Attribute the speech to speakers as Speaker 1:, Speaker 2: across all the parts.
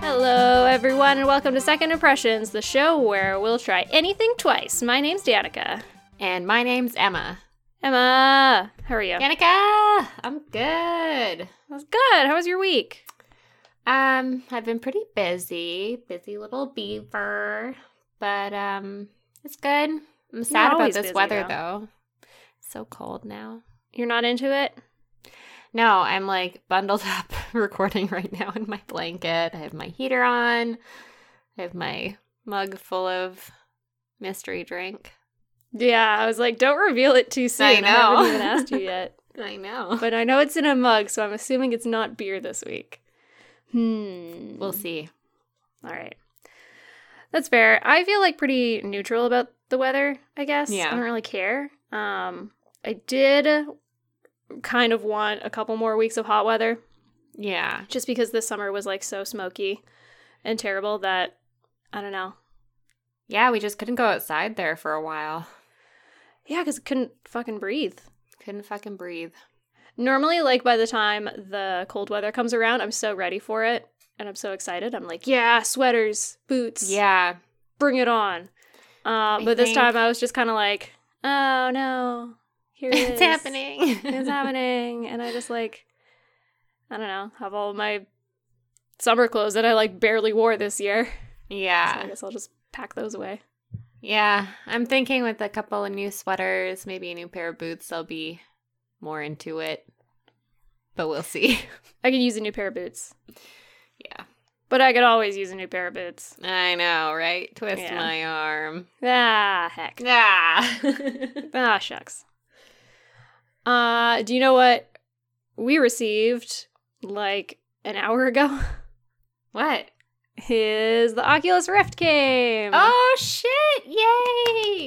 Speaker 1: Hello, everyone, and welcome to Second Impressions, the show where we'll try anything twice. My name's Danica.
Speaker 2: And my name's Emma.
Speaker 1: Emma, how are you?
Speaker 2: Danica, I'm good.
Speaker 1: That's good. How was your week?
Speaker 2: Um, I've been pretty busy, busy little beaver, but um, it's good. I'm sad about
Speaker 1: always
Speaker 2: this
Speaker 1: busy,
Speaker 2: weather
Speaker 1: though.
Speaker 2: though. It's so cold now.
Speaker 1: You're not into it?
Speaker 2: No, I'm like bundled up recording right now in my blanket. I have my heater on. I have my mug full of mystery drink.
Speaker 1: Yeah, I was like, don't reveal it too soon.
Speaker 2: know.
Speaker 1: haven't even asked you yet.
Speaker 2: I know.
Speaker 1: but I know it's in a mug, so I'm assuming it's not beer this week. Hmm.
Speaker 2: we'll see.
Speaker 1: All right. That's fair. I feel like pretty neutral about the weather, I guess.
Speaker 2: Yeah.
Speaker 1: I don't really care. Um I did kind of want a couple more weeks of hot weather
Speaker 2: Yeah.
Speaker 1: just because this summer was like so smoky and terrible that I don't know.
Speaker 2: Yeah, we just couldn't go outside there for a while.
Speaker 1: Yeah, cuz couldn't fucking breathe.
Speaker 2: Couldn't fucking breathe.
Speaker 1: Normally like by the time the cold weather comes around, I'm so ready for it and I'm so excited. I'm like, yeah, sweaters, boots.
Speaker 2: Yeah.
Speaker 1: bring it on. Uh,
Speaker 2: I
Speaker 1: but this
Speaker 2: think-
Speaker 1: time I was just kind of like, oh no, here it is.
Speaker 2: It's happening.
Speaker 1: It's happening. And I just like, I don't know, have all my summer clothes that I like barely wore this year. So I
Speaker 2: Yeah.
Speaker 1: guess I'll just pack those away.
Speaker 2: Yeah. I'm thinking with a couple of new sweaters, maybe a new pair of boots, I'll be more into it. But we'll see.
Speaker 1: I could use a new pair of boots,
Speaker 2: Yeah.
Speaker 1: but I could always use a new pair of boots.
Speaker 2: I know, right? Twist
Speaker 1: Yeah.
Speaker 2: my arm.
Speaker 1: Ah, heck.
Speaker 2: Yeah.
Speaker 1: Ah, shucks. Uh, do you know what we received like an hour ago?
Speaker 2: what?
Speaker 1: Is the Oculus Rift came.
Speaker 2: Oh shit.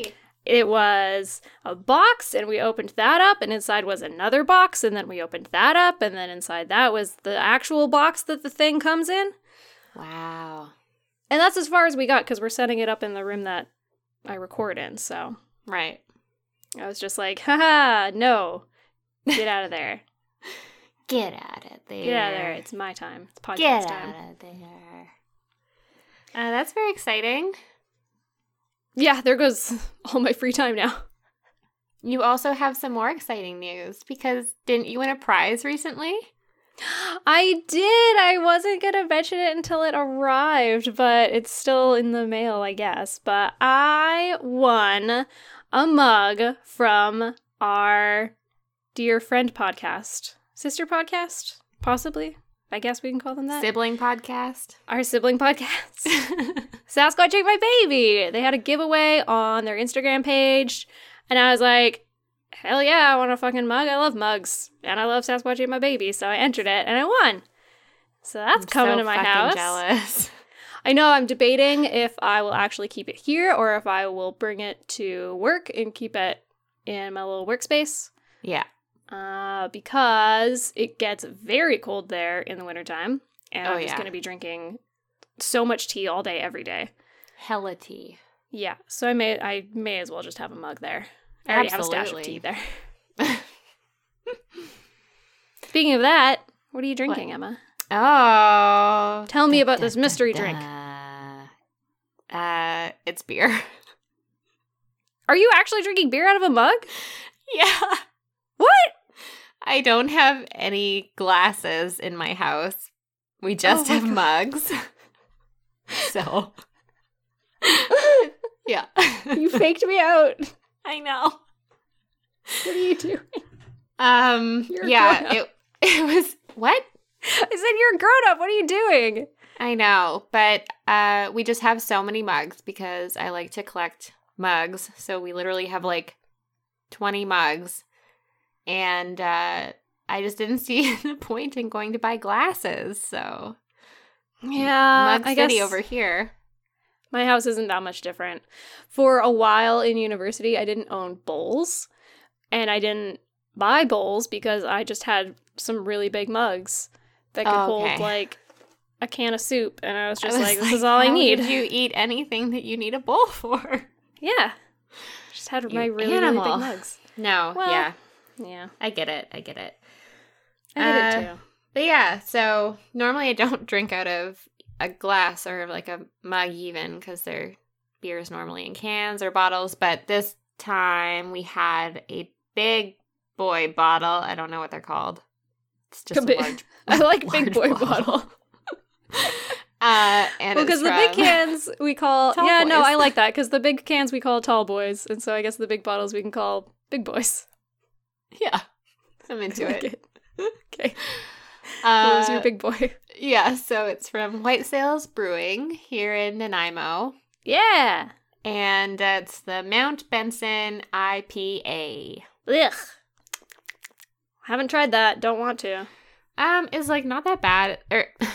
Speaker 2: Yay.
Speaker 1: it was a box and we opened that up and inside was another box and then we opened that up and then inside that was the actual box that the thing comes in
Speaker 2: Wow.
Speaker 1: and that's as far as we got because we're setting it up in the room that i record in so
Speaker 2: Right.
Speaker 1: i was just like haha no get out of there
Speaker 2: Get out of there.
Speaker 1: get out of there it's my time it's podcast
Speaker 2: Get
Speaker 1: time
Speaker 2: out of there. Uh, that's very exciting.
Speaker 1: yeah there goes all my free time now
Speaker 2: You also have some more exciting news because didn't you win a prize recently?
Speaker 1: i did i wasn't gonna mention it until it arrived but it's still in the mail i guess but i won a mug from our dear friend podcast sister podcast possibly i guess we can call them that
Speaker 2: Sibling podcast.
Speaker 1: our sibling podcast sasquatch ate my baby they had a giveaway on their instagram page and i was like hell yeah i want a fucking mug i love mugs and i love sasquatch ate my baby so i entered it and i won so that's
Speaker 2: I'm
Speaker 1: coming
Speaker 2: so
Speaker 1: to my
Speaker 2: fucking
Speaker 1: house
Speaker 2: Jealous.
Speaker 1: I know I'm debating if I will actually keep it here or if I will bring it to work and keep it in my little workspace
Speaker 2: Yeah.
Speaker 1: uh, because it gets very cold there in the wintertime. And
Speaker 2: Oh,
Speaker 1: I'm just
Speaker 2: yeah.
Speaker 1: going to be drinking so much tea all day, every day.
Speaker 2: Hella tea.
Speaker 1: Yeah, so I may I may as well just have a mug there. I already have a stash of tea
Speaker 2: Absolutely.
Speaker 1: there. Speaking of that, what are you drinking, Emma?
Speaker 2: Oh.
Speaker 1: Tell me about this mystery drink.
Speaker 2: Uh, it's beer.
Speaker 1: Are you actually drinking beer out of a mug?
Speaker 2: yeah.
Speaker 1: What?
Speaker 2: I don't have any glasses in my house. We just
Speaker 1: Oh my
Speaker 2: have
Speaker 1: God.
Speaker 2: mugs. so. yeah.
Speaker 1: You faked me out.
Speaker 2: I know.
Speaker 1: What are you doing?
Speaker 2: Um.
Speaker 1: You're a
Speaker 2: yeah.
Speaker 1: grown-up.
Speaker 2: It. It was what
Speaker 1: I said, You're a grown up. What are you doing?
Speaker 2: I know, but uh, we just have so many mugs because I like to collect mugs. So we literally have like twenty mugs, and uh, I just didn't see the point in going to buy glasses. So
Speaker 1: Yeah,
Speaker 2: mug city over here.
Speaker 1: my house isn't that much different. For a while in university, I didn't own bowls and I didn't buy bowls because I just had some really big mugs that could
Speaker 2: Oh,
Speaker 1: hold
Speaker 2: okay.
Speaker 1: like a can of soup. And I was
Speaker 2: I
Speaker 1: just
Speaker 2: was
Speaker 1: like, this is all I
Speaker 2: how
Speaker 1: need.
Speaker 2: Did you eat anything that you need a bowl for?
Speaker 1: yeah. Just had my
Speaker 2: You
Speaker 1: really, really
Speaker 2: animal.
Speaker 1: big mugs.
Speaker 2: No.
Speaker 1: Well-
Speaker 2: yeah,
Speaker 1: Yeah.
Speaker 2: I get it. I get it.
Speaker 1: I did
Speaker 2: Uh,
Speaker 1: it too.
Speaker 2: But yeah, so normally I don't drink out of a glass or like a mug even because they're beers normally in cans or bottles but this time we had a big boy bottle i don't know what they're called it's just a,
Speaker 1: big-
Speaker 2: large
Speaker 1: I like
Speaker 2: large
Speaker 1: big boy
Speaker 2: bottle.
Speaker 1: bottle.
Speaker 2: uh and
Speaker 1: Because
Speaker 2: because
Speaker 1: the big cans we call
Speaker 2: Tall
Speaker 1: yeah no
Speaker 2: boys.
Speaker 1: I like that because the big cans we call tall boys and so I guess the big bottles we can call big boys.
Speaker 2: yeah i'm into
Speaker 1: I like
Speaker 2: it,
Speaker 1: it. okay, what was
Speaker 2: Uh,
Speaker 1: your big boy?
Speaker 2: yeah so it's from white sales brewing here in nanaimo
Speaker 1: Yeah.
Speaker 2: and uh, it's the mount benson ipa
Speaker 1: Ugh. Haven't tried that. Don't want to.
Speaker 2: um is like not that bad or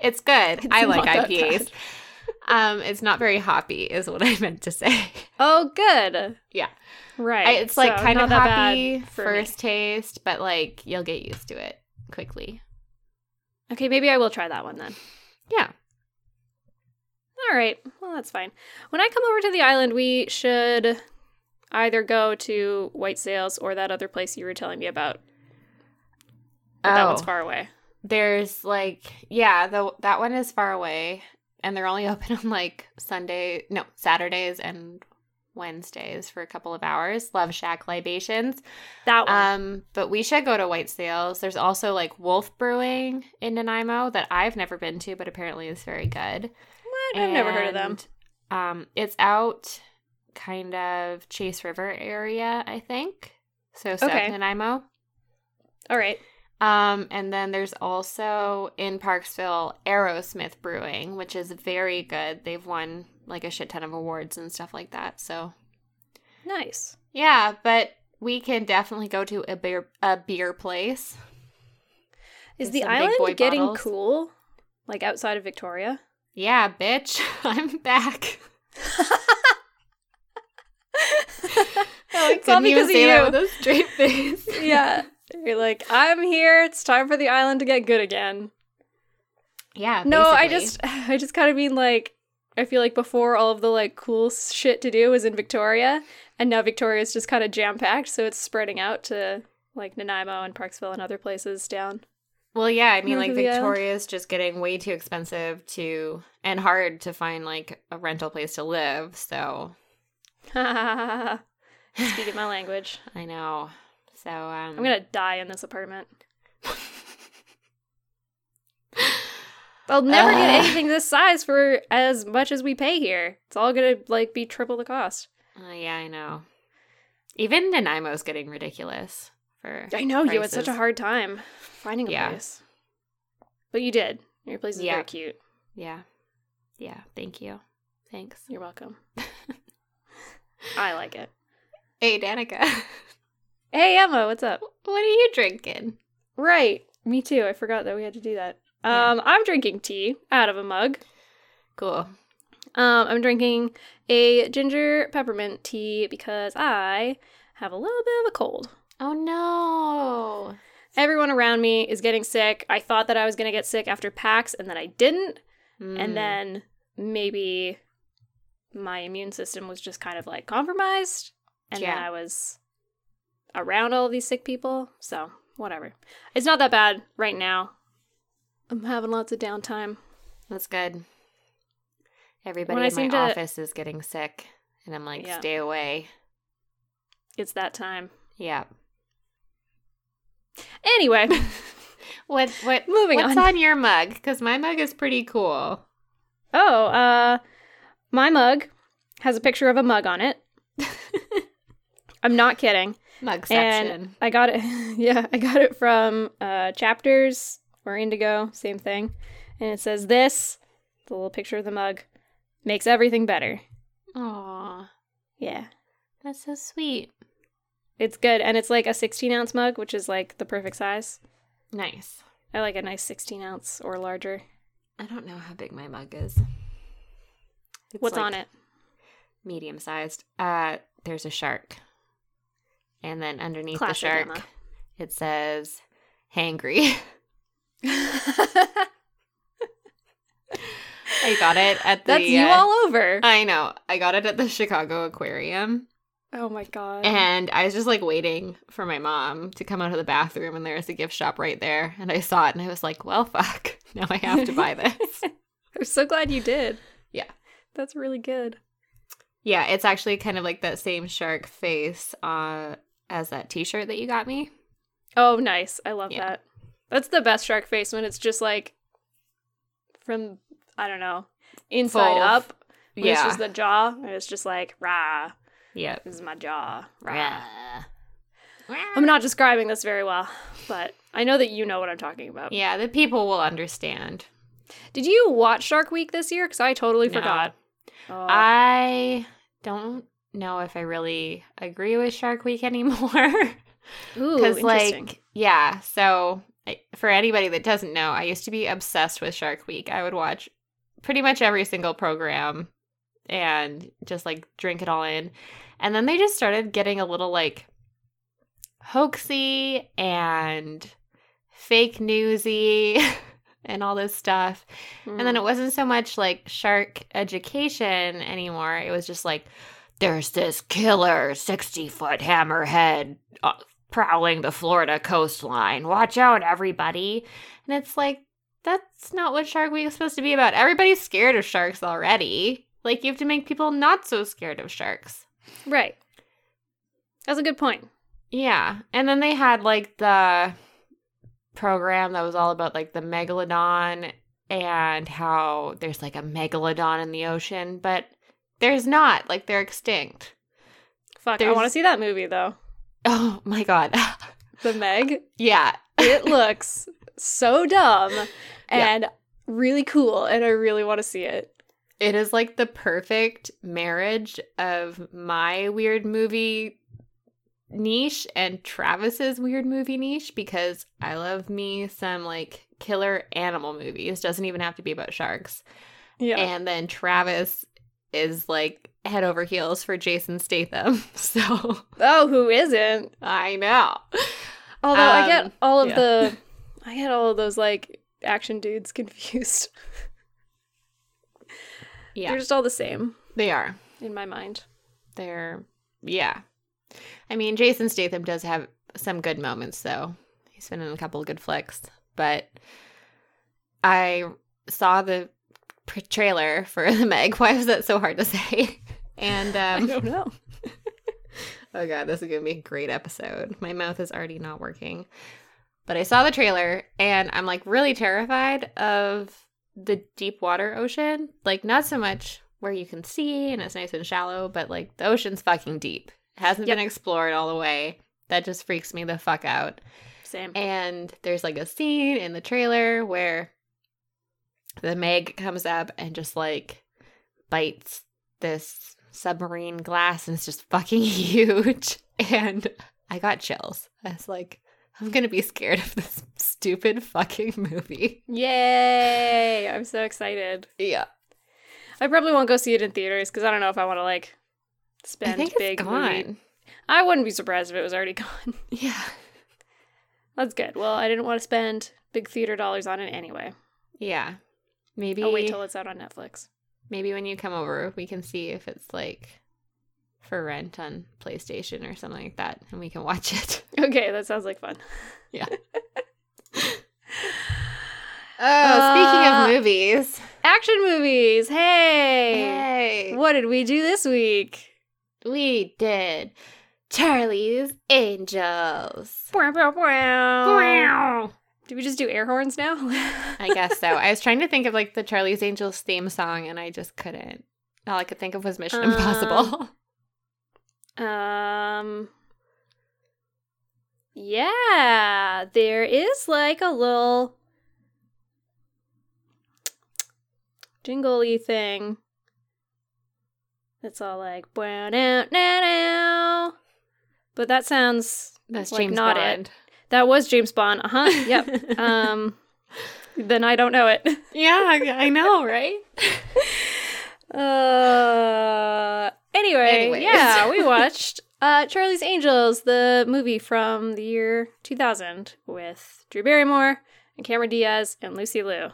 Speaker 2: it's good
Speaker 1: It's
Speaker 2: i like
Speaker 1: not that
Speaker 2: ipas um it's not very hoppy is what i meant to say
Speaker 1: Oh, good.
Speaker 2: Yeah.
Speaker 1: Right.
Speaker 2: I, it's like
Speaker 1: so
Speaker 2: kind
Speaker 1: not
Speaker 2: of
Speaker 1: that
Speaker 2: hoppy
Speaker 1: bad for me.
Speaker 2: first taste but like you'll get used to it quickly
Speaker 1: Okay, maybe I will try that one then.
Speaker 2: yeah
Speaker 1: All right. Well, that's fine. When I come over to the island, we should either go to White Sales or that other place you were telling me about. But That
Speaker 2: Oh.
Speaker 1: one's far away.
Speaker 2: there's like yeah the, that one is far away and they're only open on like sunday no saturdays and wednesdays for a couple of hours love shack libations
Speaker 1: That one.
Speaker 2: um but we should go to white sales there's also like wolf brewing in nanaimo that i've never been to but apparently is very good
Speaker 1: what? I've never heard of them.
Speaker 2: And, um it's out kind of chase river area i think so south
Speaker 1: Okay.
Speaker 2: nanaimo
Speaker 1: All right.
Speaker 2: um, and then there's also in Parksville Aerosmith Brewing, which is very good. They've won like a shit ton of awards and stuff like that. So
Speaker 1: Nice.
Speaker 2: yeah, but we can definitely go to a beer a beer place.
Speaker 1: Is
Speaker 2: There's
Speaker 1: the
Speaker 2: some big boy
Speaker 1: island getting
Speaker 2: bottles.
Speaker 1: cool? Like outside of Victoria?
Speaker 2: Yeah, bitch, I'm back. I
Speaker 1: It's all
Speaker 2: couldn't even
Speaker 1: because of
Speaker 2: say that
Speaker 1: you.
Speaker 2: with a straight face.
Speaker 1: yeah. You're like, I'm here. It's time for the island to get good again.
Speaker 2: yeah.
Speaker 1: No, I
Speaker 2: basically.
Speaker 1: just, I just kind of mean like, I feel like before all of the like cool shit to do was in Victoria, and now Victoria's just kind of jam packed, so it's spreading out to like Nanaimo and Parksville and other places down.
Speaker 2: Well, yeah, I mean,
Speaker 1: North
Speaker 2: like
Speaker 1: of the island.
Speaker 2: Victoria's just getting way too expensive to and hard to find like a rental place to live. So
Speaker 1: Speaking my language,
Speaker 2: I know. So
Speaker 1: I'm
Speaker 2: um,
Speaker 1: gonna die in this apartment. I'll never
Speaker 2: Ugh.
Speaker 1: get anything this size for as much as we pay here. It's all gonna like be triple the cost.
Speaker 2: Oh, yeah, I know. Even Nanaimo's getting ridiculous for.
Speaker 1: I know you had such a
Speaker 2: prices.
Speaker 1: hard time finding a
Speaker 2: Yeah.
Speaker 1: place, but you did. Your place is
Speaker 2: Yeah.
Speaker 1: very cute.
Speaker 2: Yeah, yeah. Thank you. Thanks.
Speaker 1: You're welcome. I like it.
Speaker 2: Hey, Danica,
Speaker 1: Hey Emma, what's up?
Speaker 2: what are you drinking?
Speaker 1: Right, me too. I forgot that we had to do that.
Speaker 2: Yeah.
Speaker 1: Um, I'm drinking tea out of a mug.
Speaker 2: Cool.
Speaker 1: Um, I'm drinking a ginger peppermint tea because I have a little bit of a cold.
Speaker 2: Oh no.
Speaker 1: Everyone around me is getting sick. I thought that I was gonna get sick after PAX, and then I didn't.
Speaker 2: Mm.
Speaker 1: And uh, then maybe my immune system was just kind of like compromised. And then
Speaker 2: Yeah.
Speaker 1: I was around all these sick people. So, whatever. It's not that bad right now. I'm having lots of downtime.
Speaker 2: that's good. Everybody
Speaker 1: When I
Speaker 2: in
Speaker 1: seem
Speaker 2: my
Speaker 1: to-
Speaker 2: office is getting sick, and I'm like,
Speaker 1: Yeah.
Speaker 2: stay away.
Speaker 1: It's that time.
Speaker 2: Yeah.
Speaker 1: Anyway,
Speaker 2: What? What?
Speaker 1: moving
Speaker 2: what's
Speaker 1: on.
Speaker 2: on your mug? Because my mug is pretty cool.
Speaker 1: Oh, uh, my mug has a picture of a mug on it. I'm not kidding.
Speaker 2: Mugception.
Speaker 1: I got it. Yeah, I got it from uh, Chapters or Indigo, same thing. And it says this, the little picture of the mug, makes everything better.
Speaker 2: Aw,
Speaker 1: Yeah,
Speaker 2: that's so sweet.
Speaker 1: it's good. And it's like a 16 ounce mug, which is like the perfect size.
Speaker 2: Nice.
Speaker 1: I like a nice 16 ounce or larger.
Speaker 2: I don't know how big my mug is. It's
Speaker 1: What's
Speaker 2: like
Speaker 1: on it?
Speaker 2: Medium sized. Uh, there's a shark, and then underneath
Speaker 1: Classic
Speaker 2: the shark,
Speaker 1: Emma.
Speaker 2: it says "hangry." I got it at the.
Speaker 1: That's you
Speaker 2: uh,
Speaker 1: all over.
Speaker 2: I know. I got it at the Chicago Aquarium.
Speaker 1: oh my god.
Speaker 2: And I was just like waiting for my mom to come out of the bathroom, and there was a gift shop right there. And I saw it, and I was like, well, fuck. Now I have to buy this.
Speaker 1: I'm so glad you did.
Speaker 2: Yeah.
Speaker 1: That's really good.
Speaker 2: yeah, it's actually kind of like that same shark face uh, as that t shirt that you got me.
Speaker 1: Oh, nice. I love
Speaker 2: Yeah.
Speaker 1: that. That's the best shark face when it's just like from, I don't know, inside
Speaker 2: Full.
Speaker 1: up. When It's
Speaker 2: Yeah.
Speaker 1: just the jaw. And it's just like, rah,
Speaker 2: yeah.
Speaker 1: this is my jaw. Rah. I'm
Speaker 2: I'm
Speaker 1: not describing this very well, but I know that you know what I'm talking about.
Speaker 2: Yeah, the people will understand.
Speaker 1: Did you watch Shark Week this year? Because I totally
Speaker 2: No.
Speaker 1: forgot. Oh.
Speaker 2: I don't know if I really agree with Shark Week anymore.
Speaker 1: Ooh,
Speaker 2: Because,
Speaker 1: interesting.
Speaker 2: like, yeah. So, I- for anybody that doesn't know, I used to be obsessed with Shark Week. I would watch pretty much every single program and just like drink it all in. And then they just started getting a little like hoaxy and fake newsy and all this stuff. And then it wasn't so much like shark education anymore. It was just like, there's this killer 60 foot hammerhead uh, prowling the Florida coastline. Watch out, everybody. And it's like, that's not what Shark Week is supposed to be about. Everybody's scared of sharks already. Like, you have to make people not so scared of sharks.
Speaker 1: Hmm. Right. That's a good point.
Speaker 2: Yeah. And then they had like the program that was all about like the megalodon and how there's like a megalodon in the ocean, but there's not. Like they're extinct.
Speaker 1: Fuck, I
Speaker 2: There's-
Speaker 1: want to see that movie though.
Speaker 2: Oh my God.
Speaker 1: The Meg.
Speaker 2: yeah.
Speaker 1: It looks so dumb and really cool, and I really want to see it.
Speaker 2: It is like the perfect marriage of my weird movie niche and Travis's weird movie niche because I love me some like killer animal movies. Doesn't even have to be about sharks.
Speaker 1: Yeah.
Speaker 2: And then Travis is like head over heels for Jason Statham. So
Speaker 1: oh, who isn't?
Speaker 2: I know.
Speaker 1: Although I get
Speaker 2: Um,
Speaker 1: all of
Speaker 2: yeah.
Speaker 1: the, I get all of those like action dudes confused.
Speaker 2: Yeah,
Speaker 1: They're just all the same
Speaker 2: they are.
Speaker 1: in my mind.
Speaker 2: They're, yeah. I mean, Jason Statham does have some good moments, though. He's been in a couple of good flicks. But I saw the pr- trailer for The Meg. Why was that so hard to say? And,
Speaker 1: I
Speaker 2: um,
Speaker 1: don't know.
Speaker 2: Oh god, this is gonna be a great episode. My mouth is already not working. But I saw the trailer and I'm like really terrified of the deep water ocean. Like not so much where you can see and it's nice and shallow, but like the ocean's fucking deep. It hasn't been explored all the way. That just freaks me the fuck out.
Speaker 1: Same.
Speaker 2: And there's like a scene in the trailer where the Meg comes up and just like bites this submarine glass and it's just fucking huge. And I got chills. I was like, I'm gonna be scared of this stupid fucking movie.
Speaker 1: Yay! I'm so excited.
Speaker 2: Yeah.
Speaker 1: I probably won't go see it in theaters because I don't know if I want to like spend
Speaker 2: I think
Speaker 1: big
Speaker 2: it's
Speaker 1: movie-
Speaker 2: gone.
Speaker 1: I wouldn't be surprised if it was already gone.
Speaker 2: Yeah.
Speaker 1: That's good. Well, I didn't want to spend big theater dollars on it anyway.
Speaker 2: Yeah. Maybe
Speaker 1: I'll wait till it's out on Netflix.
Speaker 2: maybe when you come over we can see if it's like for rent on PlayStation or something like that and we can watch it.
Speaker 1: Okay, that sounds like fun.
Speaker 2: Oh,
Speaker 1: Uh,
Speaker 2: speaking of movies,
Speaker 1: Action movies. Hey.
Speaker 2: hey,
Speaker 1: What did we do this week?
Speaker 2: we did Charlie's Angels.
Speaker 1: Wow, wow, wow.
Speaker 2: Wow.
Speaker 1: Did we just do air horns now?
Speaker 2: I guess so. I was trying to think of like the Charlie's Angels theme song, and I just couldn't. All I could think of was Mission
Speaker 1: Um,
Speaker 2: Impossible.
Speaker 1: Um Yeah, there is like a little jingley thing. It's all like wow now now now. But that sounds
Speaker 2: That's
Speaker 1: like
Speaker 2: James
Speaker 1: not it.
Speaker 2: Bond.
Speaker 1: That was James Bond. Uh-huh. Yep. um then I don't know it.
Speaker 2: yeah, I know, right?
Speaker 1: Uh anyway,
Speaker 2: Anyways.
Speaker 1: yeah, we watched uh Charlie's Angels, the movie from the year 2000 with Drew Barrymore and Cameron Diaz and Lucy Liu.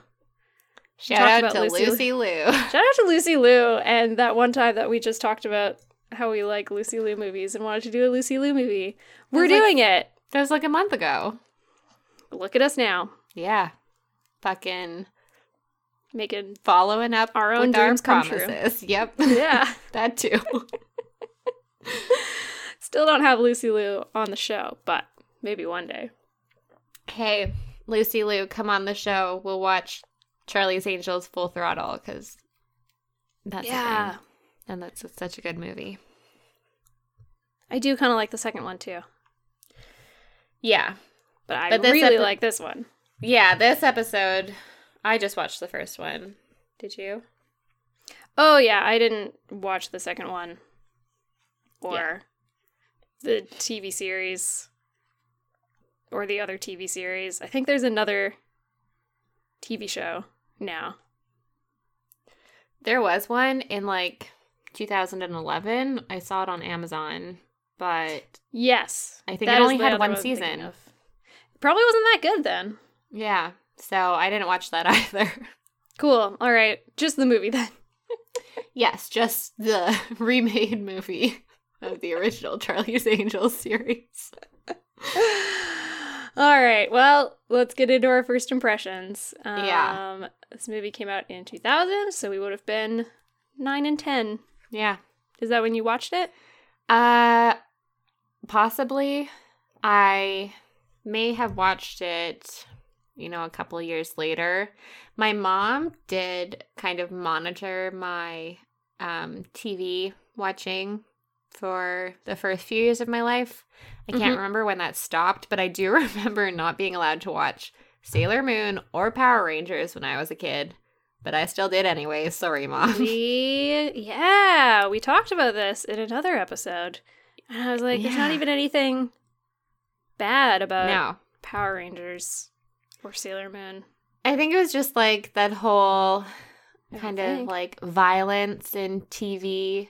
Speaker 2: Shout out
Speaker 1: talked
Speaker 2: to
Speaker 1: about Lucy
Speaker 2: Lucy Liu.
Speaker 1: Shout out to Lucy Liu and that one time that we just talked about how we like Lucy Liu movies and wanted to do a Lucy Liu movie. We're
Speaker 2: That's like-
Speaker 1: doing it.
Speaker 2: That was like a month ago.
Speaker 1: Look at us now.
Speaker 2: Yeah. fucking
Speaker 1: Making
Speaker 2: following up
Speaker 1: Our own
Speaker 2: with our
Speaker 1: dreams come true.
Speaker 2: promises. Yep,
Speaker 1: yeah.
Speaker 2: that too.
Speaker 1: Still don't have Lucy Liu on the show, but maybe one day.
Speaker 2: hey, Lucy Lou, come on the show. We'll watch Charlie's Angels full throttle because that's a
Speaker 1: Yeah.
Speaker 2: thing. and that's such a good movie.
Speaker 1: I do kind of like the second one too,
Speaker 2: Yeah,
Speaker 1: but I
Speaker 2: But this
Speaker 1: really
Speaker 2: epi-
Speaker 1: like this one.
Speaker 2: yeah. This episode, I just watched the first one. Did you?
Speaker 1: Oh yeah, I didn't watch the second one or the TV series or the other TV series. I think there's another TV show now.
Speaker 2: There was one in like 2011. I saw it on Amazon, but
Speaker 1: Yes.
Speaker 2: I think
Speaker 1: that
Speaker 2: it
Speaker 1: is
Speaker 2: only
Speaker 1: the
Speaker 2: had
Speaker 1: other
Speaker 2: one
Speaker 1: I'm thinking
Speaker 2: season.
Speaker 1: of. Probably wasn't that good then.
Speaker 2: yeah. So I didn't watch that either.
Speaker 1: Cool. All right. Just the movie then.
Speaker 2: yes, just the remade movie of the original Charlie's Angels series.
Speaker 1: All right. Well, let's get into our first impressions. Um,
Speaker 2: Yeah.
Speaker 1: This movie came out in 2000, so we would have been 9 and 10.
Speaker 2: Yeah.
Speaker 1: Is that when you watched it?
Speaker 2: Uh possibly I may have watched it, you know, a couple years later. My mom did kind of monitor my um TV watching for the first few years of my life. I can't
Speaker 1: Mhm.
Speaker 2: remember when that stopped, but I do remember not being allowed to watch Sailor Moon or Power Rangers when I was a kid, but I still did anyway. Sorry, mom.
Speaker 1: we, yeah, we talked about this in another episode. And I was like, there's not
Speaker 2: Yeah.
Speaker 1: even anything bad about
Speaker 2: no.
Speaker 1: Power Rangers or Sailor Moon.
Speaker 2: I think it was just like that whole
Speaker 1: I don't
Speaker 2: kind of
Speaker 1: think.
Speaker 2: like violence in TV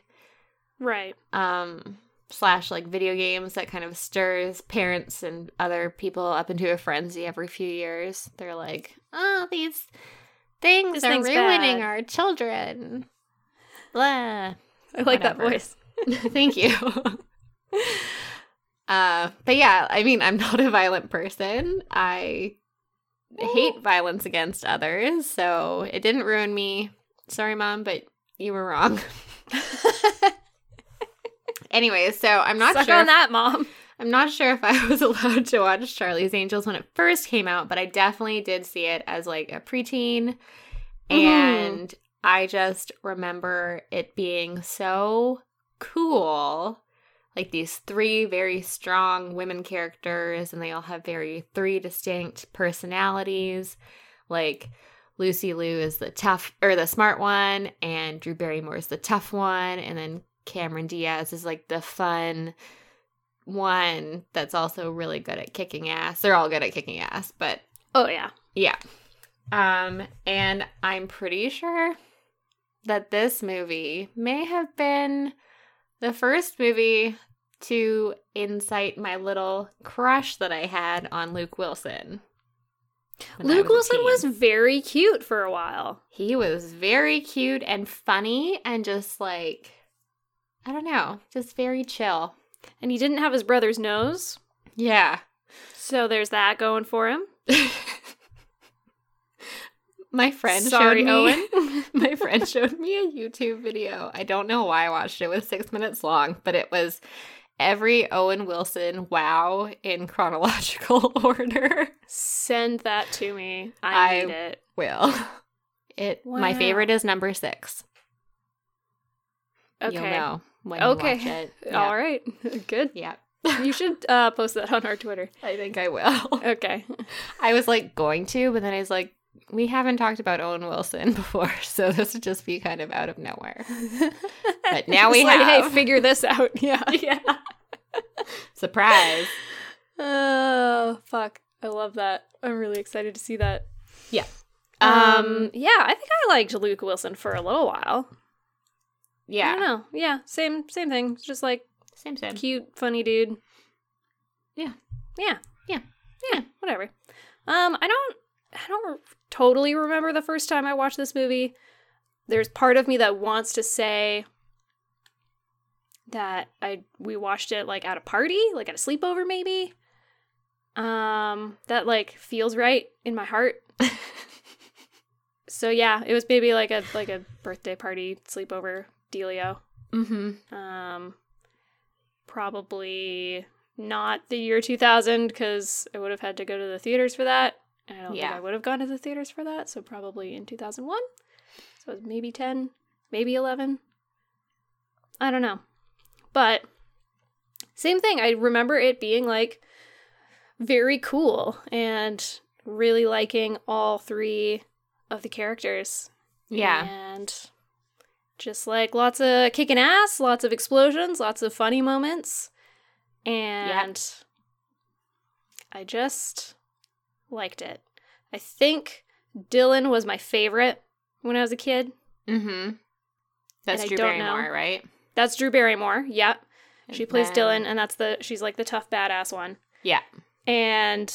Speaker 1: Right.
Speaker 2: um slash like video games that kind of stirs parents and other people up into a frenzy every few years. They're like, "Oh, these things
Speaker 1: This
Speaker 2: are
Speaker 1: thing's
Speaker 2: ruining
Speaker 1: bad."
Speaker 2: our children." Blah.
Speaker 1: I like that
Speaker 2: Whatever.
Speaker 1: voice.
Speaker 2: Thank you. uh, but yeah, I mean, I'm not a violent person. I hate violence against others, so it didn't ruin me. Sorry, mom, but you were wrong. anyway, so I'm not
Speaker 1: Suck
Speaker 2: sure.
Speaker 1: on that, mom.
Speaker 2: I'm not sure if I was allowed to watch Charlie's Angels when it first came out, but I definitely did see it as like a preteen.
Speaker 1: Mhm.
Speaker 2: And I just remember it being so cool. Like these three very strong women characters, and they all have very three distinct personalities. Like Lucy Liu is the tough or the smart one, and Drew Barrymore is the tough one, and then Cameron Diaz is like the fun one that's also really good at kicking ass. They're all good at kicking ass, but
Speaker 1: Oh, yeah.
Speaker 2: yeah. Um, and I'm pretty sure that this movie may have been the first movie to incite my little crush that I had on Luke Wilson. when I
Speaker 1: Luke
Speaker 2: a
Speaker 1: Wilson
Speaker 2: teen.
Speaker 1: was very cute for a while.
Speaker 2: He was very cute and funny and just like I don't know, just very chill.
Speaker 1: And he didn't have his brother's nose.
Speaker 2: Yeah.
Speaker 1: So there's that going for him.
Speaker 2: my friend
Speaker 1: Sorry,
Speaker 2: showed me, my friend showed me a YouTube video. I don't know why I watched it. It was six minutes long, but it was every Owen Wilson wow in chronological order.
Speaker 1: Send that to me. I,
Speaker 2: I-
Speaker 1: need it.
Speaker 2: Will. It my
Speaker 1: Wow.
Speaker 2: favorite is number six.
Speaker 1: Okay.
Speaker 2: You'll know when
Speaker 1: Okay.
Speaker 2: you watch it. Yeah.
Speaker 1: All right. Good.
Speaker 2: yeah.
Speaker 1: You should uh, post that on our Twitter.
Speaker 2: I think I will.
Speaker 1: Okay.
Speaker 2: I was like going to, but then I was like, we haven't talked about Owen Wilson before, so this would just be kind of out of nowhere. But now we
Speaker 1: Just like,
Speaker 2: have.
Speaker 1: Hey, figure this out. Yeah.
Speaker 2: yeah. Surprise.
Speaker 1: Oh, fuck. I love that. I'm really excited to see that.
Speaker 2: Yeah.
Speaker 1: Um,
Speaker 2: Um,
Speaker 1: yeah, I think I liked Luke Wilson for a little while. I don't
Speaker 2: Yeah.
Speaker 1: know. Yeah, same same thing. It's Just like
Speaker 2: Same, same.
Speaker 1: cute, funny dude.
Speaker 2: Yeah.
Speaker 1: Yeah.
Speaker 2: Yeah.
Speaker 1: Yeah, whatever. Um I don't I don't totally remember the first time I watched this movie. There's part of me that wants to say that I we watched it like at a party, like at a sleepover maybe. Um that like feels right in my heart. so yeah, it was maybe like a like a birthday party sleepover dealio.
Speaker 2: Mm-hmm.
Speaker 1: Um, probably not the year 2000 because I would have had to go to the theaters for that. And I don't
Speaker 2: Yeah.
Speaker 1: think I would have gone to the theaters for that. So probably in 2001. So it was maybe 10, maybe 11. I don't know. But same thing. I remember it being like very cool and really liking all three of the characters.
Speaker 2: Yeah.
Speaker 1: And just like lots of kicking ass, lots of explosions, lots of funny moments. And I just liked it. I think Dylan was my favorite when I was a kid.
Speaker 2: Mm-hmm. That's
Speaker 1: I
Speaker 2: Drew
Speaker 1: don't
Speaker 2: Barrymore,
Speaker 1: know.
Speaker 2: right?
Speaker 1: That's Drew Barrymore. Yeah. She
Speaker 2: And
Speaker 1: plays
Speaker 2: then-
Speaker 1: Dylan and that's the she's like the tough badass one.
Speaker 2: Yeah.
Speaker 1: and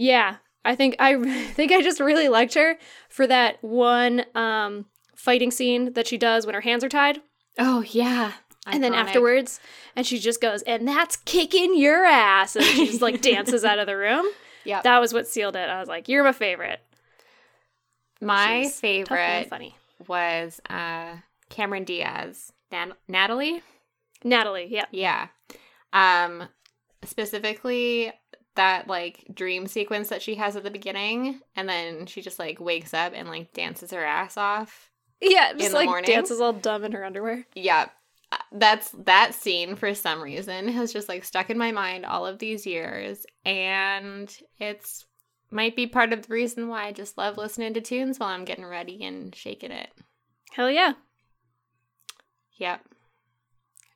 Speaker 1: yeah i think i I think i just really liked her for that one um fighting scene that she does when her hands are tied
Speaker 2: Oh yeah.
Speaker 1: and then
Speaker 2: Iconic.
Speaker 1: afterwards and she just goes and that's kicking your ass and she just like dances out of the room
Speaker 2: Yep.
Speaker 1: that was what sealed it i was like you're my favorite
Speaker 2: my
Speaker 1: she's Tough and
Speaker 2: favorite
Speaker 1: funny
Speaker 2: was uh Cameron Diaz. Nan- Natalie?
Speaker 1: natalie yeah
Speaker 2: Yeah. Um specifically that like dream sequence that she has at the beginning and then she just like wakes up and like dances her ass off.
Speaker 1: yeah
Speaker 2: In
Speaker 1: just
Speaker 2: the
Speaker 1: like
Speaker 2: morning?
Speaker 1: dances all dumb in her underwear
Speaker 2: Yeah. Uh, That's that scene for some reason has just like stuck in my mind all of these years and it's might be part of the reason why I just love listening to tunes while I'm getting ready and shaking it.
Speaker 1: hell yeah
Speaker 2: Yep.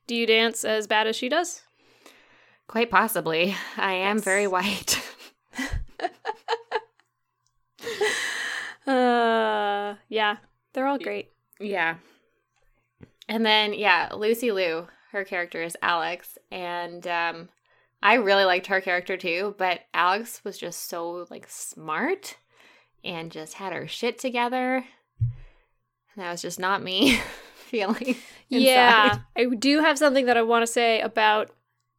Speaker 1: do you dance as bad as she does
Speaker 2: Quite possibly. I am
Speaker 1: Yes.
Speaker 2: very white.
Speaker 1: uh yeah they're all great
Speaker 2: yeah. And then yeah, Lucy Liu, her character is Alex and um I really liked her character too, but Alex was just so like smart and just had her shit together. And that was just not me feeling.
Speaker 1: Yeah, I do have something that I want to say about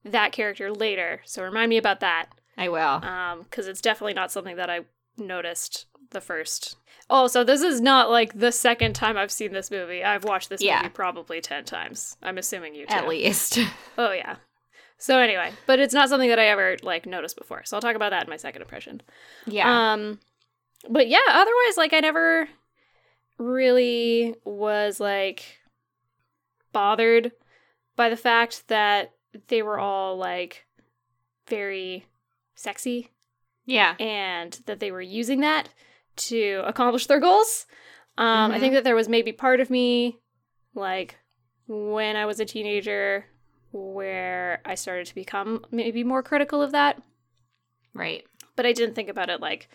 Speaker 1: that character later. So remind me about that
Speaker 2: I will.
Speaker 1: um cuz it's definitely not something that I noticed the first. Oh, so this is not like the second time I've seen this movie. I've watched this
Speaker 2: Yeah.
Speaker 1: movie probably 10 times. I'm assuming you too.
Speaker 2: At least.
Speaker 1: Oh yeah. So anyway, but it's not something that I ever like noticed before. So I'll talk about that in my second impression.
Speaker 2: yeah.
Speaker 1: Um but yeah, otherwise like I never really was like bothered by the fact that they were all like very sexy
Speaker 2: yeah.
Speaker 1: and that they were using that to accomplish their goals. Um, I
Speaker 2: Mhm.
Speaker 1: think that there was maybe part of me, like when I was a teenager, where I started to become maybe more critical of that
Speaker 2: Right.
Speaker 1: but I didn't think about it like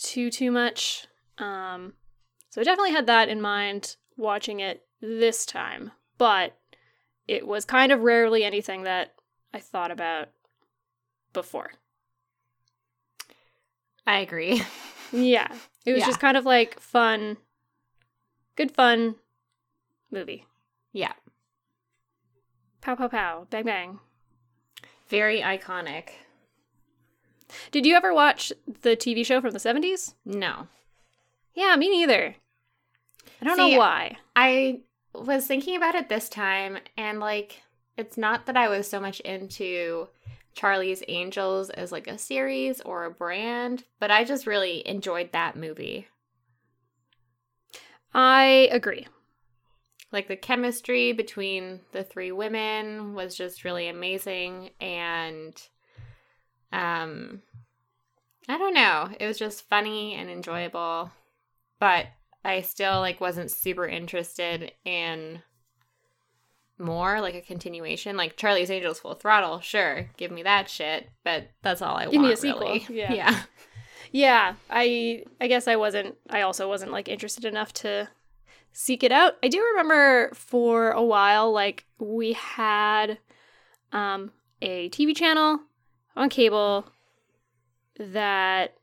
Speaker 1: too too much. Um, so I definitely had that in mind watching it this time, but it was kind of rarely anything that I thought about before.
Speaker 2: I agree.
Speaker 1: Yeah, it was
Speaker 2: Yeah.
Speaker 1: just kind of like fun, good fun movie.
Speaker 2: Yeah.
Speaker 1: Pow pow pow, bang bang.
Speaker 2: Very iconic.
Speaker 1: Did you ever watch the TV show from the seventies?
Speaker 2: No.
Speaker 1: Yeah, me neither. I don't
Speaker 2: See,
Speaker 1: know why.
Speaker 2: I was thinking about it this time, and like, it's not that I was so much into Charlie's Angels as like a series or a brand, but I just really enjoyed that movie.
Speaker 1: I agree.
Speaker 2: Like, the chemistry between the three women was just really amazing, and um, I don't know, it was just funny and enjoyable, but I still like wasn't super interested in more like a continuation like charlie's angels full throttle sure give me that shit but that's all i
Speaker 1: Give me
Speaker 2: want
Speaker 1: a sequel,
Speaker 2: really
Speaker 1: yeah.
Speaker 2: yeah
Speaker 1: yeah i i guess i wasn't i also wasn't like interested enough to seek it out i do remember for a while like we had um a tv channel on cable that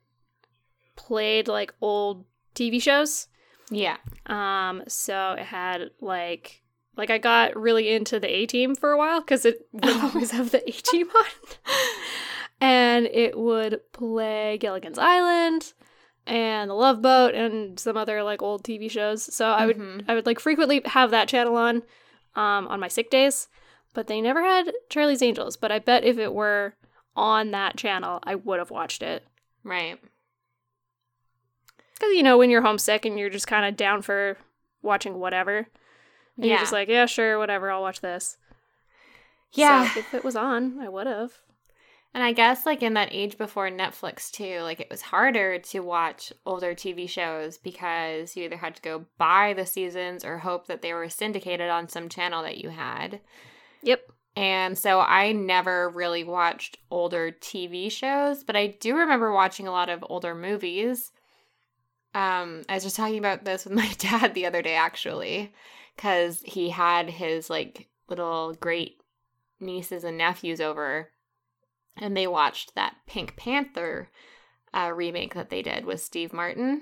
Speaker 1: played like old tv shows
Speaker 2: yeah
Speaker 1: um so it had like like i got really into the a team for a while because it would always have the a team on and it would play Gilligan's Island. and The Love Boat and some other like old TV shows. So I would
Speaker 2: Mhm.
Speaker 1: I would like frequently have that channel on um on my sick days, but they never had Charlie's Angels, but I bet if it were on that channel, I would have watched it.
Speaker 2: Right.
Speaker 1: Cuz you know, when you're homesick and you're just kind of down for watching whatever, and you're
Speaker 2: Yeah.
Speaker 1: just like, yeah, sure, whatever, I'll watch this.
Speaker 2: yeah.
Speaker 1: So if it was on, I would have.
Speaker 2: And I guess like in that age before Netflix too, like it was harder to watch older TV shows because you either had to go buy the seasons or hope that they were syndicated on some channel that you had.
Speaker 1: Yep.
Speaker 2: And so I never really watched older TV shows, but I do remember watching a lot of older movies. Um, I was just talking about this with my dad the other day, actually, because he had his like little great nieces and nephews over, and they watched that Pink Panther uh, remake that they did with Steve Martin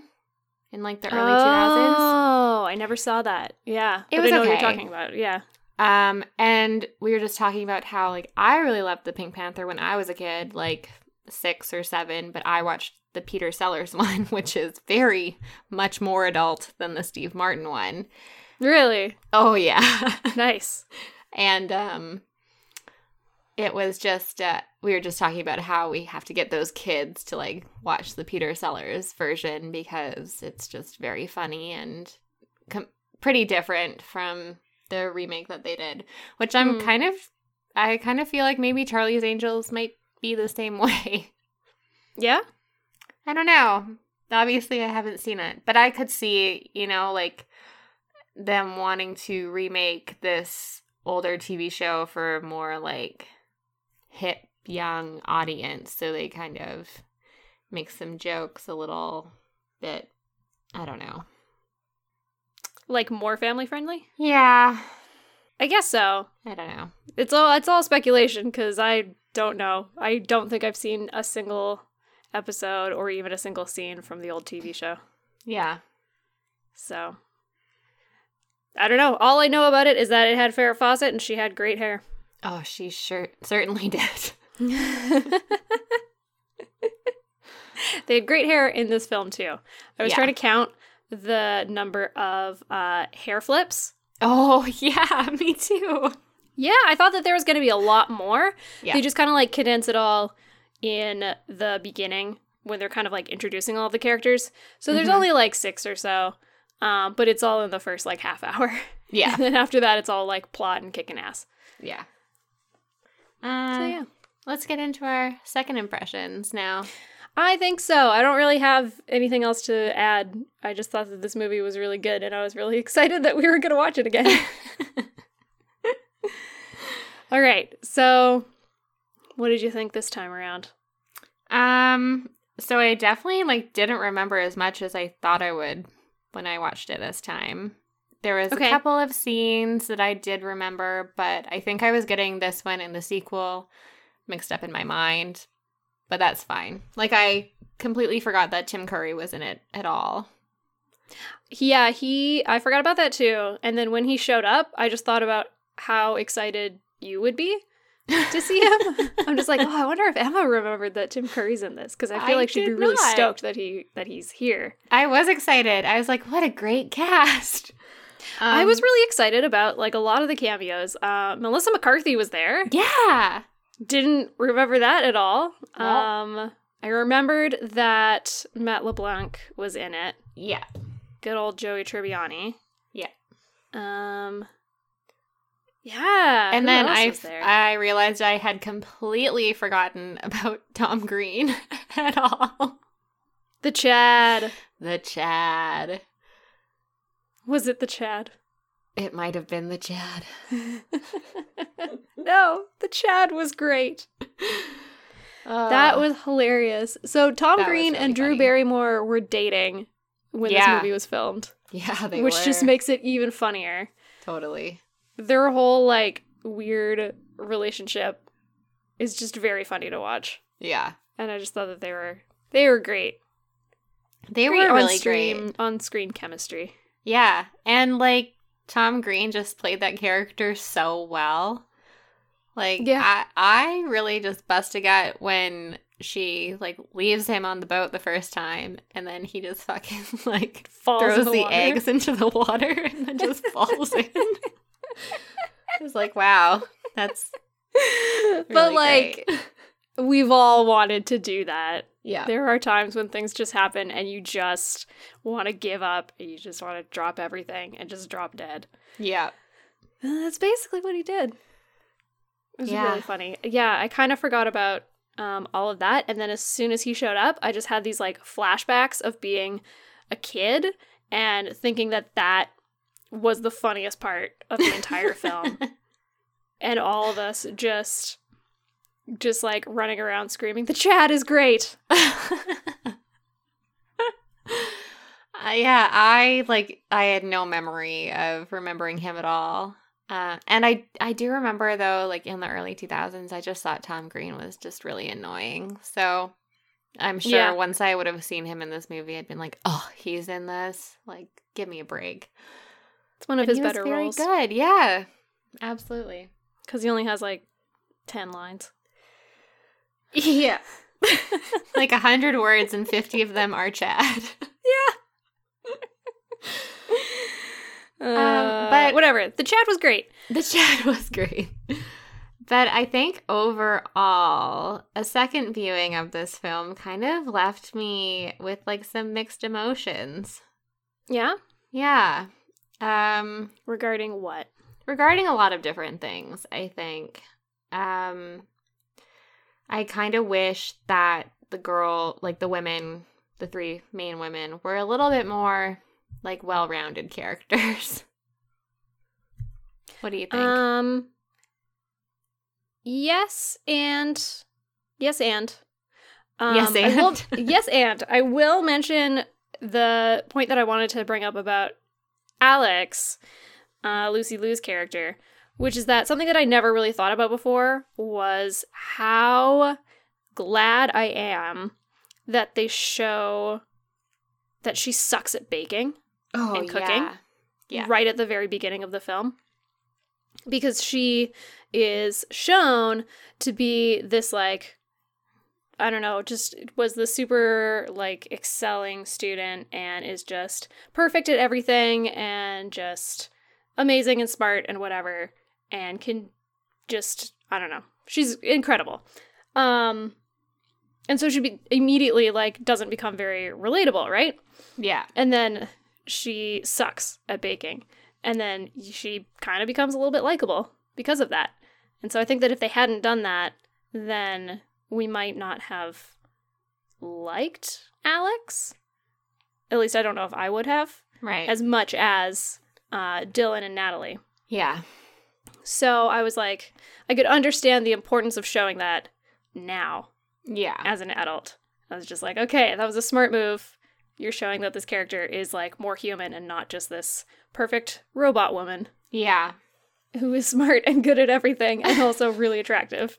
Speaker 2: in like the early two thousands.
Speaker 1: Oh, I never saw that. Yeah.
Speaker 2: It
Speaker 1: But I
Speaker 2: was
Speaker 1: know what
Speaker 2: okay.
Speaker 1: you're talking about. Yeah.
Speaker 2: Um, and we were just talking about how like I really loved the Pink Panther when I was a kid, like six or seven, but I watched the Peter Sellers one, which is very much more adult than the Steve Martin one.
Speaker 1: Really?
Speaker 2: Oh yeah.
Speaker 1: Nice.
Speaker 2: and um it was just uh, we were just talking about how we have to get those kids to like watch the Peter Sellers version because it's just very funny and com- pretty different from the remake that they did, which I'm
Speaker 1: Mm.
Speaker 2: kind of I kind of feel like maybe Charlie's Angels might be the same way.
Speaker 1: Yeah?
Speaker 2: I don't know. Obviously, I haven't seen it, but I could see, you know, like them wanting to remake this older TV show for a more like hip young audience. So they kind of make some jokes a little bit, I don't know.
Speaker 1: Like more family friendly?
Speaker 2: Yeah,
Speaker 1: I guess so.
Speaker 2: I don't know.
Speaker 1: It's all it's all speculation because I don't know. I don't think I've seen a single episode or even a single scene from the old TV show.
Speaker 2: Yeah.
Speaker 1: So I don't know. All I know about it is that it had Farrah Fawcett and she had great hair.
Speaker 2: Oh, she sure certainly did.
Speaker 1: they had great hair in this film too. I was
Speaker 2: Yeah.
Speaker 1: trying to count the number of uh, hair flips.
Speaker 2: Oh, yeah, me too.
Speaker 1: Yeah, I thought that there was going to be a lot more.
Speaker 2: Yeah.
Speaker 1: They just kind of like condense it all in the beginning when they're kind of like introducing all of the characters. So there's
Speaker 2: Mhm.
Speaker 1: only like six or so, um, but it's all in the first like half hour.
Speaker 2: Yeah.
Speaker 1: and then after that, it's all like plot and kicking ass.
Speaker 2: Yeah.
Speaker 1: So
Speaker 2: Uh,
Speaker 1: yeah.
Speaker 2: Let's get into our second impressions now.
Speaker 1: I think so. I don't really have anything else to add. I just thought that this movie was really good and I was really excited that we were going to watch it again. All right. So, what did you think this time around?
Speaker 2: Um, so I definitely like didn't remember as much as I thought I would when I watched it this time. There was
Speaker 1: Okay.
Speaker 2: a couple of scenes that I did remember, but I think I was getting this one and the sequel mixed up in my mind. But that's fine. Like I completely forgot that Tim Curry was in it at all.
Speaker 1: Yeah, he I forgot about that too. And then when he showed up, I just thought about how excited you would be to see him. I'm just like, "Oh, I wonder if Emma remembered that Tim Curry's in this because I feel
Speaker 2: I
Speaker 1: like she'd be
Speaker 2: did
Speaker 1: really
Speaker 2: not.
Speaker 1: stoked that he that he's here."
Speaker 2: I was excited. I was like, what a great cast.
Speaker 1: I
Speaker 2: Um,
Speaker 1: was really excited about like a lot of the cameos. Uh, Melissa McCarthy was there.
Speaker 2: Yeah.
Speaker 1: Didn't remember that at all.
Speaker 2: No.
Speaker 1: Um, I remembered that Matt LeBlanc was in it.
Speaker 2: Yeah.
Speaker 1: Good old Joey Tribbiani.
Speaker 2: Yeah.
Speaker 1: Um. Yeah.
Speaker 2: and
Speaker 1: Uh, who
Speaker 2: then
Speaker 1: else
Speaker 2: I
Speaker 1: was there?
Speaker 2: I realized I had completely forgotten about Tom Green at all.
Speaker 1: the Chad.
Speaker 2: The Chad.
Speaker 1: Was it the Chad?
Speaker 2: It might have been the Chad. Oh,
Speaker 1: no, the Chad was great. That was hilarious. So Tom
Speaker 2: Uh, That was
Speaker 1: Green
Speaker 2: really
Speaker 1: and Drew
Speaker 2: funny.
Speaker 1: Barrymore were dating when
Speaker 2: Yeah.
Speaker 1: this movie was filmed.
Speaker 2: yeah, they
Speaker 1: which just
Speaker 2: were.
Speaker 1: makes it even funnier.
Speaker 2: totally
Speaker 1: Their whole like weird relationship is just very funny to watch,
Speaker 2: yeah.
Speaker 1: and I just thought that they were they were great.
Speaker 2: They
Speaker 1: Great
Speaker 2: were really
Speaker 1: on-screen-
Speaker 2: great.
Speaker 1: on-screen chemistry.
Speaker 2: Yeah, and like Tom Green just played that character so well. Like
Speaker 1: Yeah.
Speaker 2: I I really just busted gut when she like leaves him on the boat the first time and then he just fucking like
Speaker 1: Falls in
Speaker 2: throws
Speaker 1: the
Speaker 2: the,
Speaker 1: water.
Speaker 2: eggs into the water and then just falls in. I was like, wow, that's
Speaker 1: but
Speaker 2: Really
Speaker 1: like we've all wanted to do that.
Speaker 2: yeah.
Speaker 1: There are times when things just happen and you just want to give up. and You just want to drop everything and just drop dead.
Speaker 2: Yeah.
Speaker 1: And Uh, That's basically what he did. It was
Speaker 2: Yeah.
Speaker 1: really funny. Yeah, I kind of forgot about um, all of that. And then as soon as he showed up, I just had these like flashbacks of being a kid and thinking that that was the funniest part of the entire film. And all of us just, just like running around screaming, the Chad is great.
Speaker 2: Uh, yeah, I like I had no memory of remembering him at all. Uh, and I I do remember though, like in the early 2000s, I just thought Tom Green was just really annoying. So I'm sure
Speaker 1: Yeah.
Speaker 2: once I would have seen him in this movie, I'd been like, oh, he's in this. Like, give me a break.
Speaker 1: It's one of
Speaker 2: But
Speaker 1: his
Speaker 2: he was
Speaker 1: better
Speaker 2: very
Speaker 1: roles.
Speaker 2: good. Yeah, absolutely.
Speaker 1: Because he only has like 10 lines. Yeah.
Speaker 2: like a hundred words, and 50 of them are Chad.
Speaker 1: Uh, but
Speaker 2: Um, but-
Speaker 1: whatever. The Chad was great.
Speaker 2: The chat was great. But I think overall, a second viewing of this film kind of left me with like some mixed emotions.
Speaker 1: Yeah.
Speaker 2: Yeah. Um
Speaker 1: Regarding what?
Speaker 2: regarding a lot of different things, I think. Um I kind of wish that the girl, like the women, the three main women were a little bit more like well-rounded characters. what do you think?
Speaker 1: Um. Yes, and yes, and um,
Speaker 2: Yes,
Speaker 1: I will-
Speaker 2: and.
Speaker 1: yes, and I will mention the point that I wanted to bring up about Alex, uh, Lucy Liu's character, which is that something that I never really thought about before was how glad I am that they show that she sucks at baking.
Speaker 2: oh,
Speaker 1: and cooking.
Speaker 2: yeah. Yeah.
Speaker 1: right at the very beginning of the film because she is shown to be this like I don't know, just was the super like excelling student and is just perfect at everything and just amazing and smart and whatever and can just I don't know. She's incredible. Um and so she be- immediately like doesn't become very relatable, right?
Speaker 2: Yeah.
Speaker 1: And then she sucks at baking. And then she kind of becomes a little bit likable because of that. And so I think that if they hadn't done that, then we might not have liked Alex. At least I don't know if I would have
Speaker 2: Right.
Speaker 1: as much as uh, Dylan and Natalie.
Speaker 2: yeah.
Speaker 1: So I was like, I could understand the importance of showing that now
Speaker 2: Yeah.
Speaker 1: as an adult. I was just like, okay, that was a smart move. You're showing that this character is like more human and not just this perfect robot woman
Speaker 2: Yeah.
Speaker 1: who is smart and good at everything and also really attractive.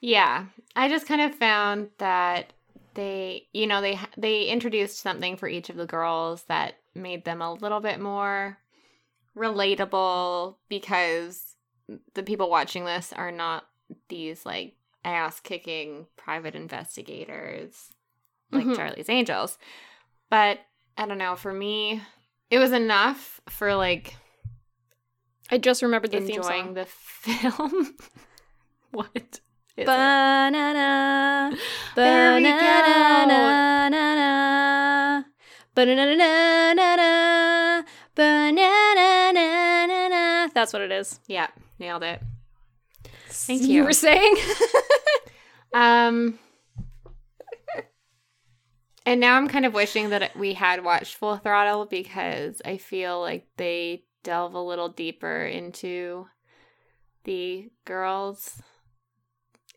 Speaker 2: Yeah. I just kind of found that they, you know, they they introduced something for each of the girls that made them a little bit more relatable because the people watching this are not these like ass kicking private investigators like
Speaker 1: Mhm.
Speaker 2: Charlie's Angels. But I don't know, for me it was enough for like
Speaker 1: I just remembered the theme song.
Speaker 2: enjoying the film. what? is it?
Speaker 1: Banana,
Speaker 2: There we go.
Speaker 1: banana, banana, banana. That's what it is.
Speaker 2: Yeah, nailed it. Thank
Speaker 1: You
Speaker 2: you.
Speaker 1: were saying?
Speaker 2: Um, and now I'm kind of wishing that we had watched Full Throttle because I feel like they delve a little deeper into the girls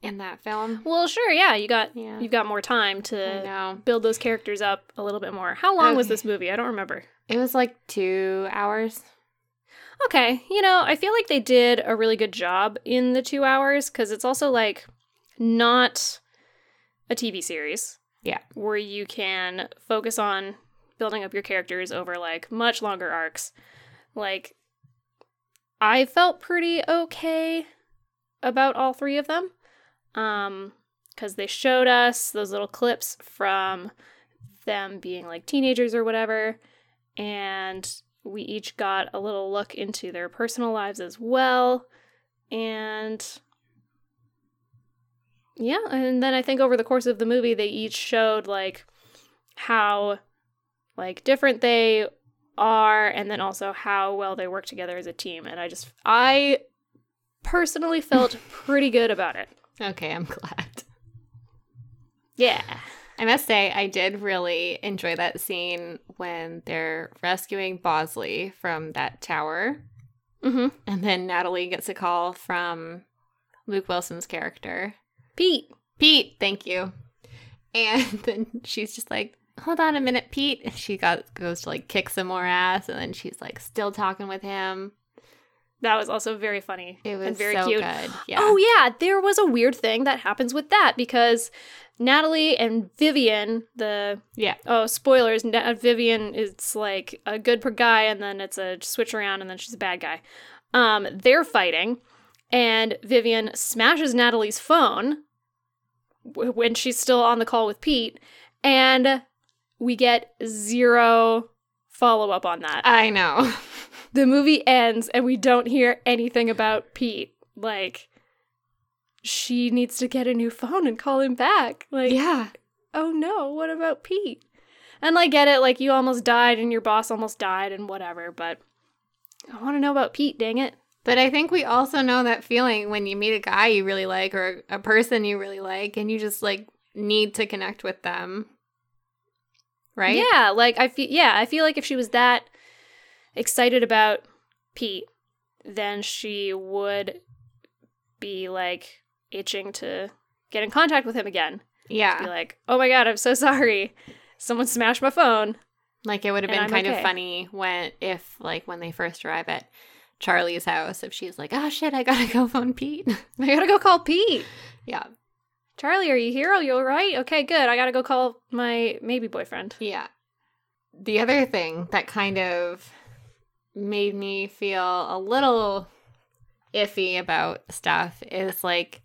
Speaker 2: in that film.
Speaker 1: well, sure. Yeah, Mm-hmm. you got
Speaker 2: Yeah,
Speaker 1: you've got more time to
Speaker 2: I know.
Speaker 1: build those characters up a little bit more. How long was
Speaker 2: Okay.
Speaker 1: this movie? I don't remember.
Speaker 2: It was like two hours.
Speaker 1: Okay, you know, I feel like they did a really good job in the two hours because it's also like not a TV series.
Speaker 2: Yeah.
Speaker 1: Where you can focus on building up your characters over like much longer arcs. Like, I felt pretty okay about all three of them. um because they showed us those little clips from them being like teenagers or whatever and we each got a little look into their personal lives as well and yeah and then i think over the course of the movie they each showed like how like different they are and then also how well they work together as a team and i just i personally felt pretty good about it
Speaker 2: Okay, I'm glad.
Speaker 1: yeah
Speaker 2: I must say, I did really enjoy that scene when they're rescuing Bosley from that tower.
Speaker 1: mm-hmm
Speaker 2: And then Natalie gets a call from Luke Wilson's character.
Speaker 1: pete
Speaker 2: Pete, thank you. And then she's just like, hold on a minute, Pete. And she got goes to like kick some more ass, and then she's like still talking with him.
Speaker 1: that was also very funny
Speaker 2: It was
Speaker 1: and very
Speaker 2: so
Speaker 1: cute
Speaker 2: good. Yeah.
Speaker 1: Oh, yeah. There was a weird thing that happens with that because Natalie and Vivian, the.
Speaker 2: Yeah.
Speaker 1: Oh, spoilers. Na- Vivian is like a good per guy and then it's a switch around and then she's a bad guy. Um, they're fighting and Vivian smashes Natalie's phone w- when she's still on the call with Pete. And we get zero follow up on that
Speaker 2: I know.
Speaker 1: the movie ends and we don't hear anything about Pete. Like, she needs to get a new phone and call him back. Like,
Speaker 2: yeah.
Speaker 1: oh no, what about Pete? And I get it, like, you almost died and your boss almost died and whatever, but I want to know about Pete, dang it.
Speaker 2: But I think we also know that feeling when you meet a guy you really like or a person you really like and you just like need to connect with them. Right?
Speaker 1: Yeah, like, I feel, yeah, I feel like if she was that excited about Pete, then she would be like itching to get in contact with him again. be
Speaker 2: Yeah.
Speaker 1: like, "Oh my god, I'm so sorry. Someone smashed my phone."
Speaker 2: Like it would have
Speaker 1: And
Speaker 2: been
Speaker 1: I'm
Speaker 2: kind
Speaker 1: okay.
Speaker 2: of funny when if like when they first arrive at Charlie's house if she's like, "Oh shit, I got to go phone Pete."
Speaker 1: I gotta go call Pete.
Speaker 2: yeah.
Speaker 1: Charlie, are you here? Are you all right? Okay, good. I gotta go call my maybe boyfriend.
Speaker 2: Yeah. The other thing that kind of made me feel a little iffy about stuff is like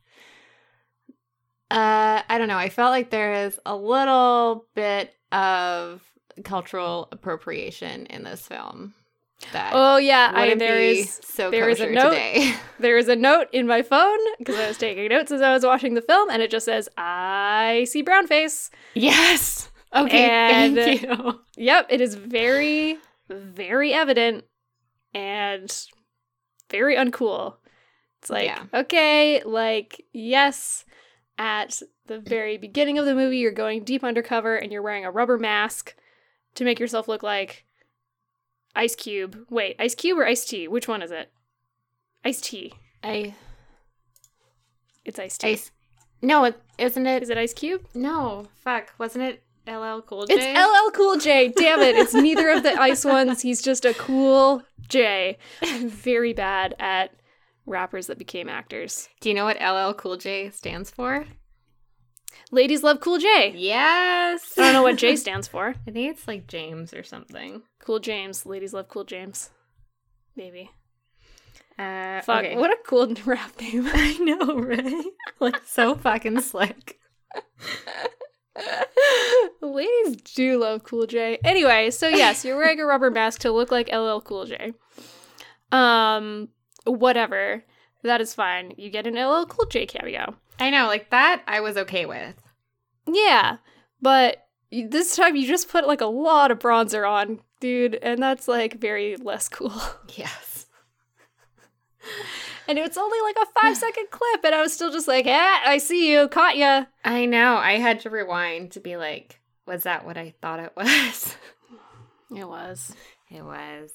Speaker 2: uh I don't know, I felt like there is a little bit of cultural appropriation in this film that
Speaker 1: Oh yeah, I
Speaker 2: wouldn't
Speaker 1: there
Speaker 2: be
Speaker 1: is
Speaker 2: so
Speaker 1: there is a
Speaker 2: kosher
Speaker 1: note.
Speaker 2: today.
Speaker 1: there is a note in my phone because I was taking notes as I was watching the film, and it just says, "I see brown face."
Speaker 2: yes. Okay,
Speaker 1: And-
Speaker 2: thank you.
Speaker 1: Yep, it is very, very evident and very uncool. It's like,
Speaker 2: Yeah.
Speaker 1: okay, like, yes, at the very beginning of the movie, you're going deep undercover and you're wearing a rubber mask to make yourself look like Ice Cube. Wait, Ice Cube or Ice Tea? Which one is it? Ice Tea.
Speaker 2: I
Speaker 1: It's Ice Tea.
Speaker 2: ice No, it, isn't it
Speaker 1: Is it Ice Cube?
Speaker 2: No, fuck. Wasn't it LL Cool J?
Speaker 1: It's LL Cool J. Damn it. It's neither of the ice ones. He's just a cool J. I'm very bad at rappers that became actors.
Speaker 2: Do you know what LL Cool J stands for?
Speaker 1: Ladies love Cool J.
Speaker 2: Yes.
Speaker 1: I don't know what J stands for.
Speaker 2: I think it's like James or something.
Speaker 1: Cool James. Ladies love Cool James. Maybe.
Speaker 2: Uh,
Speaker 1: Fuck.
Speaker 2: okay.
Speaker 1: What a cool rap name.
Speaker 2: I know, right? like so fucking slick.
Speaker 1: Ladies do love Cool J. Anyway, so yes, you're wearing a rubber mask to look like LL Cool J. Um, whatever. That is fine. You get an LL Cool J cameo.
Speaker 2: I know, like that I was okay with.
Speaker 1: Yeah, but you- this time you just put like a lot of bronzer on, dude, and that's like very less cool.
Speaker 2: Yes.
Speaker 1: And it's only like a five second clip, and I was still just like, "Yeah, I see you, caught ya."
Speaker 2: I know. I had to rewind to be like, was that what I thought it was?
Speaker 1: It was.
Speaker 2: it was.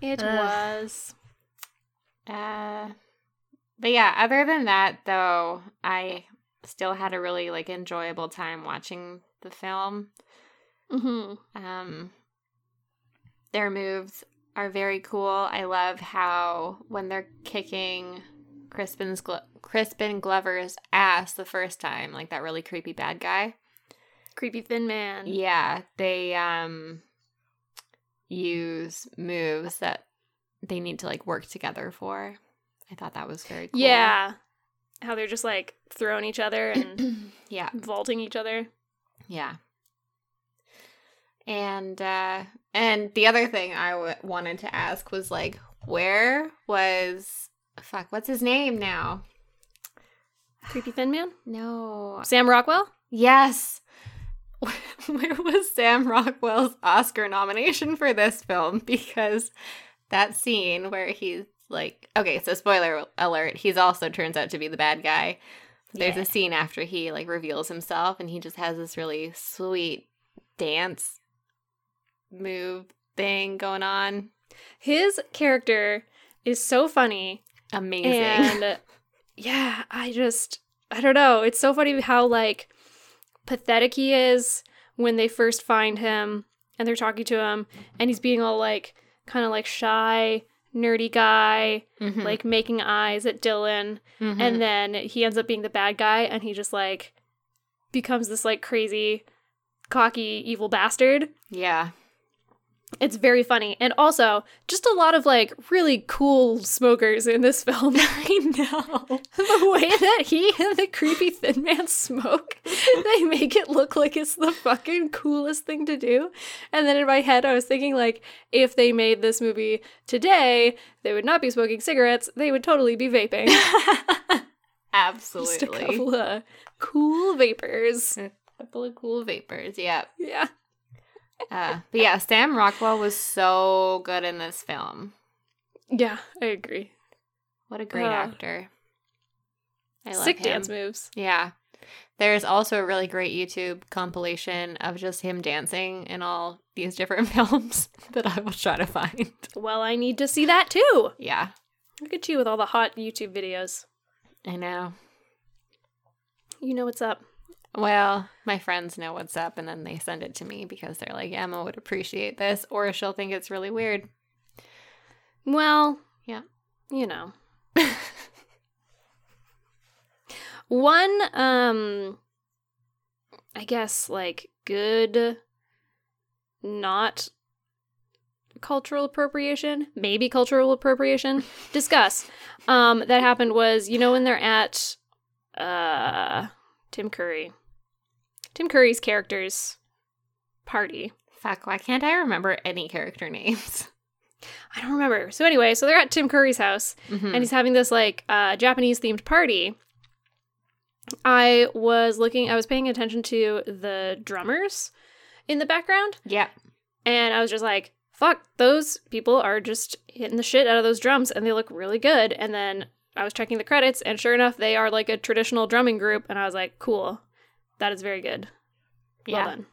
Speaker 1: It
Speaker 2: Ugh.
Speaker 1: was.
Speaker 2: Uh, but yeah, other than that, though, I still had a really like enjoyable time watching the film.
Speaker 1: Mm-hmm.
Speaker 2: Um, their moves are very cool. I love how when they're kicking Crispin's Glo- Crispin Glover's ass the first time, like that really creepy bad guy.
Speaker 1: Creepy thin man.
Speaker 2: Yeah, they um use moves that they need to like work together for. I thought that was very cool.
Speaker 1: Yeah. How they're just like throwing each other and
Speaker 2: yeah.
Speaker 1: vaulting each other.
Speaker 2: Yeah. And uh and the other thing I w- wanted to ask was like where was fuck what's his name now?
Speaker 1: Creepy Thin Man?
Speaker 2: No.
Speaker 1: Sam Rockwell?
Speaker 2: Yes. Where was Sam Rockwell's Oscar nomination for this film because that scene where he's like okay, so spoiler alert, he's also turns out to be the bad guy. There's
Speaker 1: Yeah.
Speaker 2: a scene after he like reveals himself and he just has this really sweet dance move thing going on.
Speaker 1: His character is so funny.
Speaker 2: Amazing.
Speaker 1: And yeah, I just I don't know. It's so funny how like pathetic he is when they first find him and they're talking to him and he's being all like kind of like shy, nerdy guy,
Speaker 2: Mhm.
Speaker 1: like making eyes at Dylan.
Speaker 2: Mhm.
Speaker 1: and then he ends up being the bad guy and he just like becomes this like crazy cocky evil bastard
Speaker 2: yeah.
Speaker 1: it's very funny and also just a lot of like really cool smokers in this film
Speaker 2: I know.
Speaker 1: the way that he and the creepy thin man smoke they make it look like it's the fucking coolest thing to do and then in my head i was thinking like if they made this movie today they would not be smoking cigarettes they would totally be vaping
Speaker 2: Absolutely.
Speaker 1: Just a couple of cool vapors.
Speaker 2: couple of cool vapors. Yeah.
Speaker 1: Yeah.
Speaker 2: Uh, but yeah, Sam Rockwell was so good in this film.
Speaker 1: Yeah, I agree.
Speaker 2: What a great
Speaker 1: Uh,
Speaker 2: actor. I love
Speaker 1: Sick
Speaker 2: him.
Speaker 1: dance moves.
Speaker 2: Yeah. There's also a really great YouTube compilation of just him dancing in all these different films that I will try to find.
Speaker 1: Well, I need to see that too.
Speaker 2: Yeah,
Speaker 1: Look at you with all the hot YouTube videos.
Speaker 2: I know.
Speaker 1: You know what's up.
Speaker 2: Well, my friends know what's up and then they send it to me because they're like, Emma would appreciate this or she'll think it's really weird.
Speaker 1: Well,
Speaker 2: Yeah.
Speaker 1: You know. One um I guess like good not cultural appropriation, maybe cultural appropriation. Discuss. Um that happened was, you know when they're at uh Tim Curry. Tim Curry's character's party.
Speaker 2: Fuck, why can't I remember any character names?
Speaker 1: I don't remember. So anyway, so they're at Tim Curry's house
Speaker 2: Mhm.
Speaker 1: and he's having this like uh, Japanese themed party. I was looking, I was paying attention to the drummers in the background,
Speaker 2: yeah.
Speaker 1: and I was just like, fuck, those people are just hitting the shit out of those drums, and they look really good. And then I was checking the credits, and sure enough, they are like a traditional drumming group, and I was like, cool, that is very good. Well
Speaker 2: Yeah.
Speaker 1: done.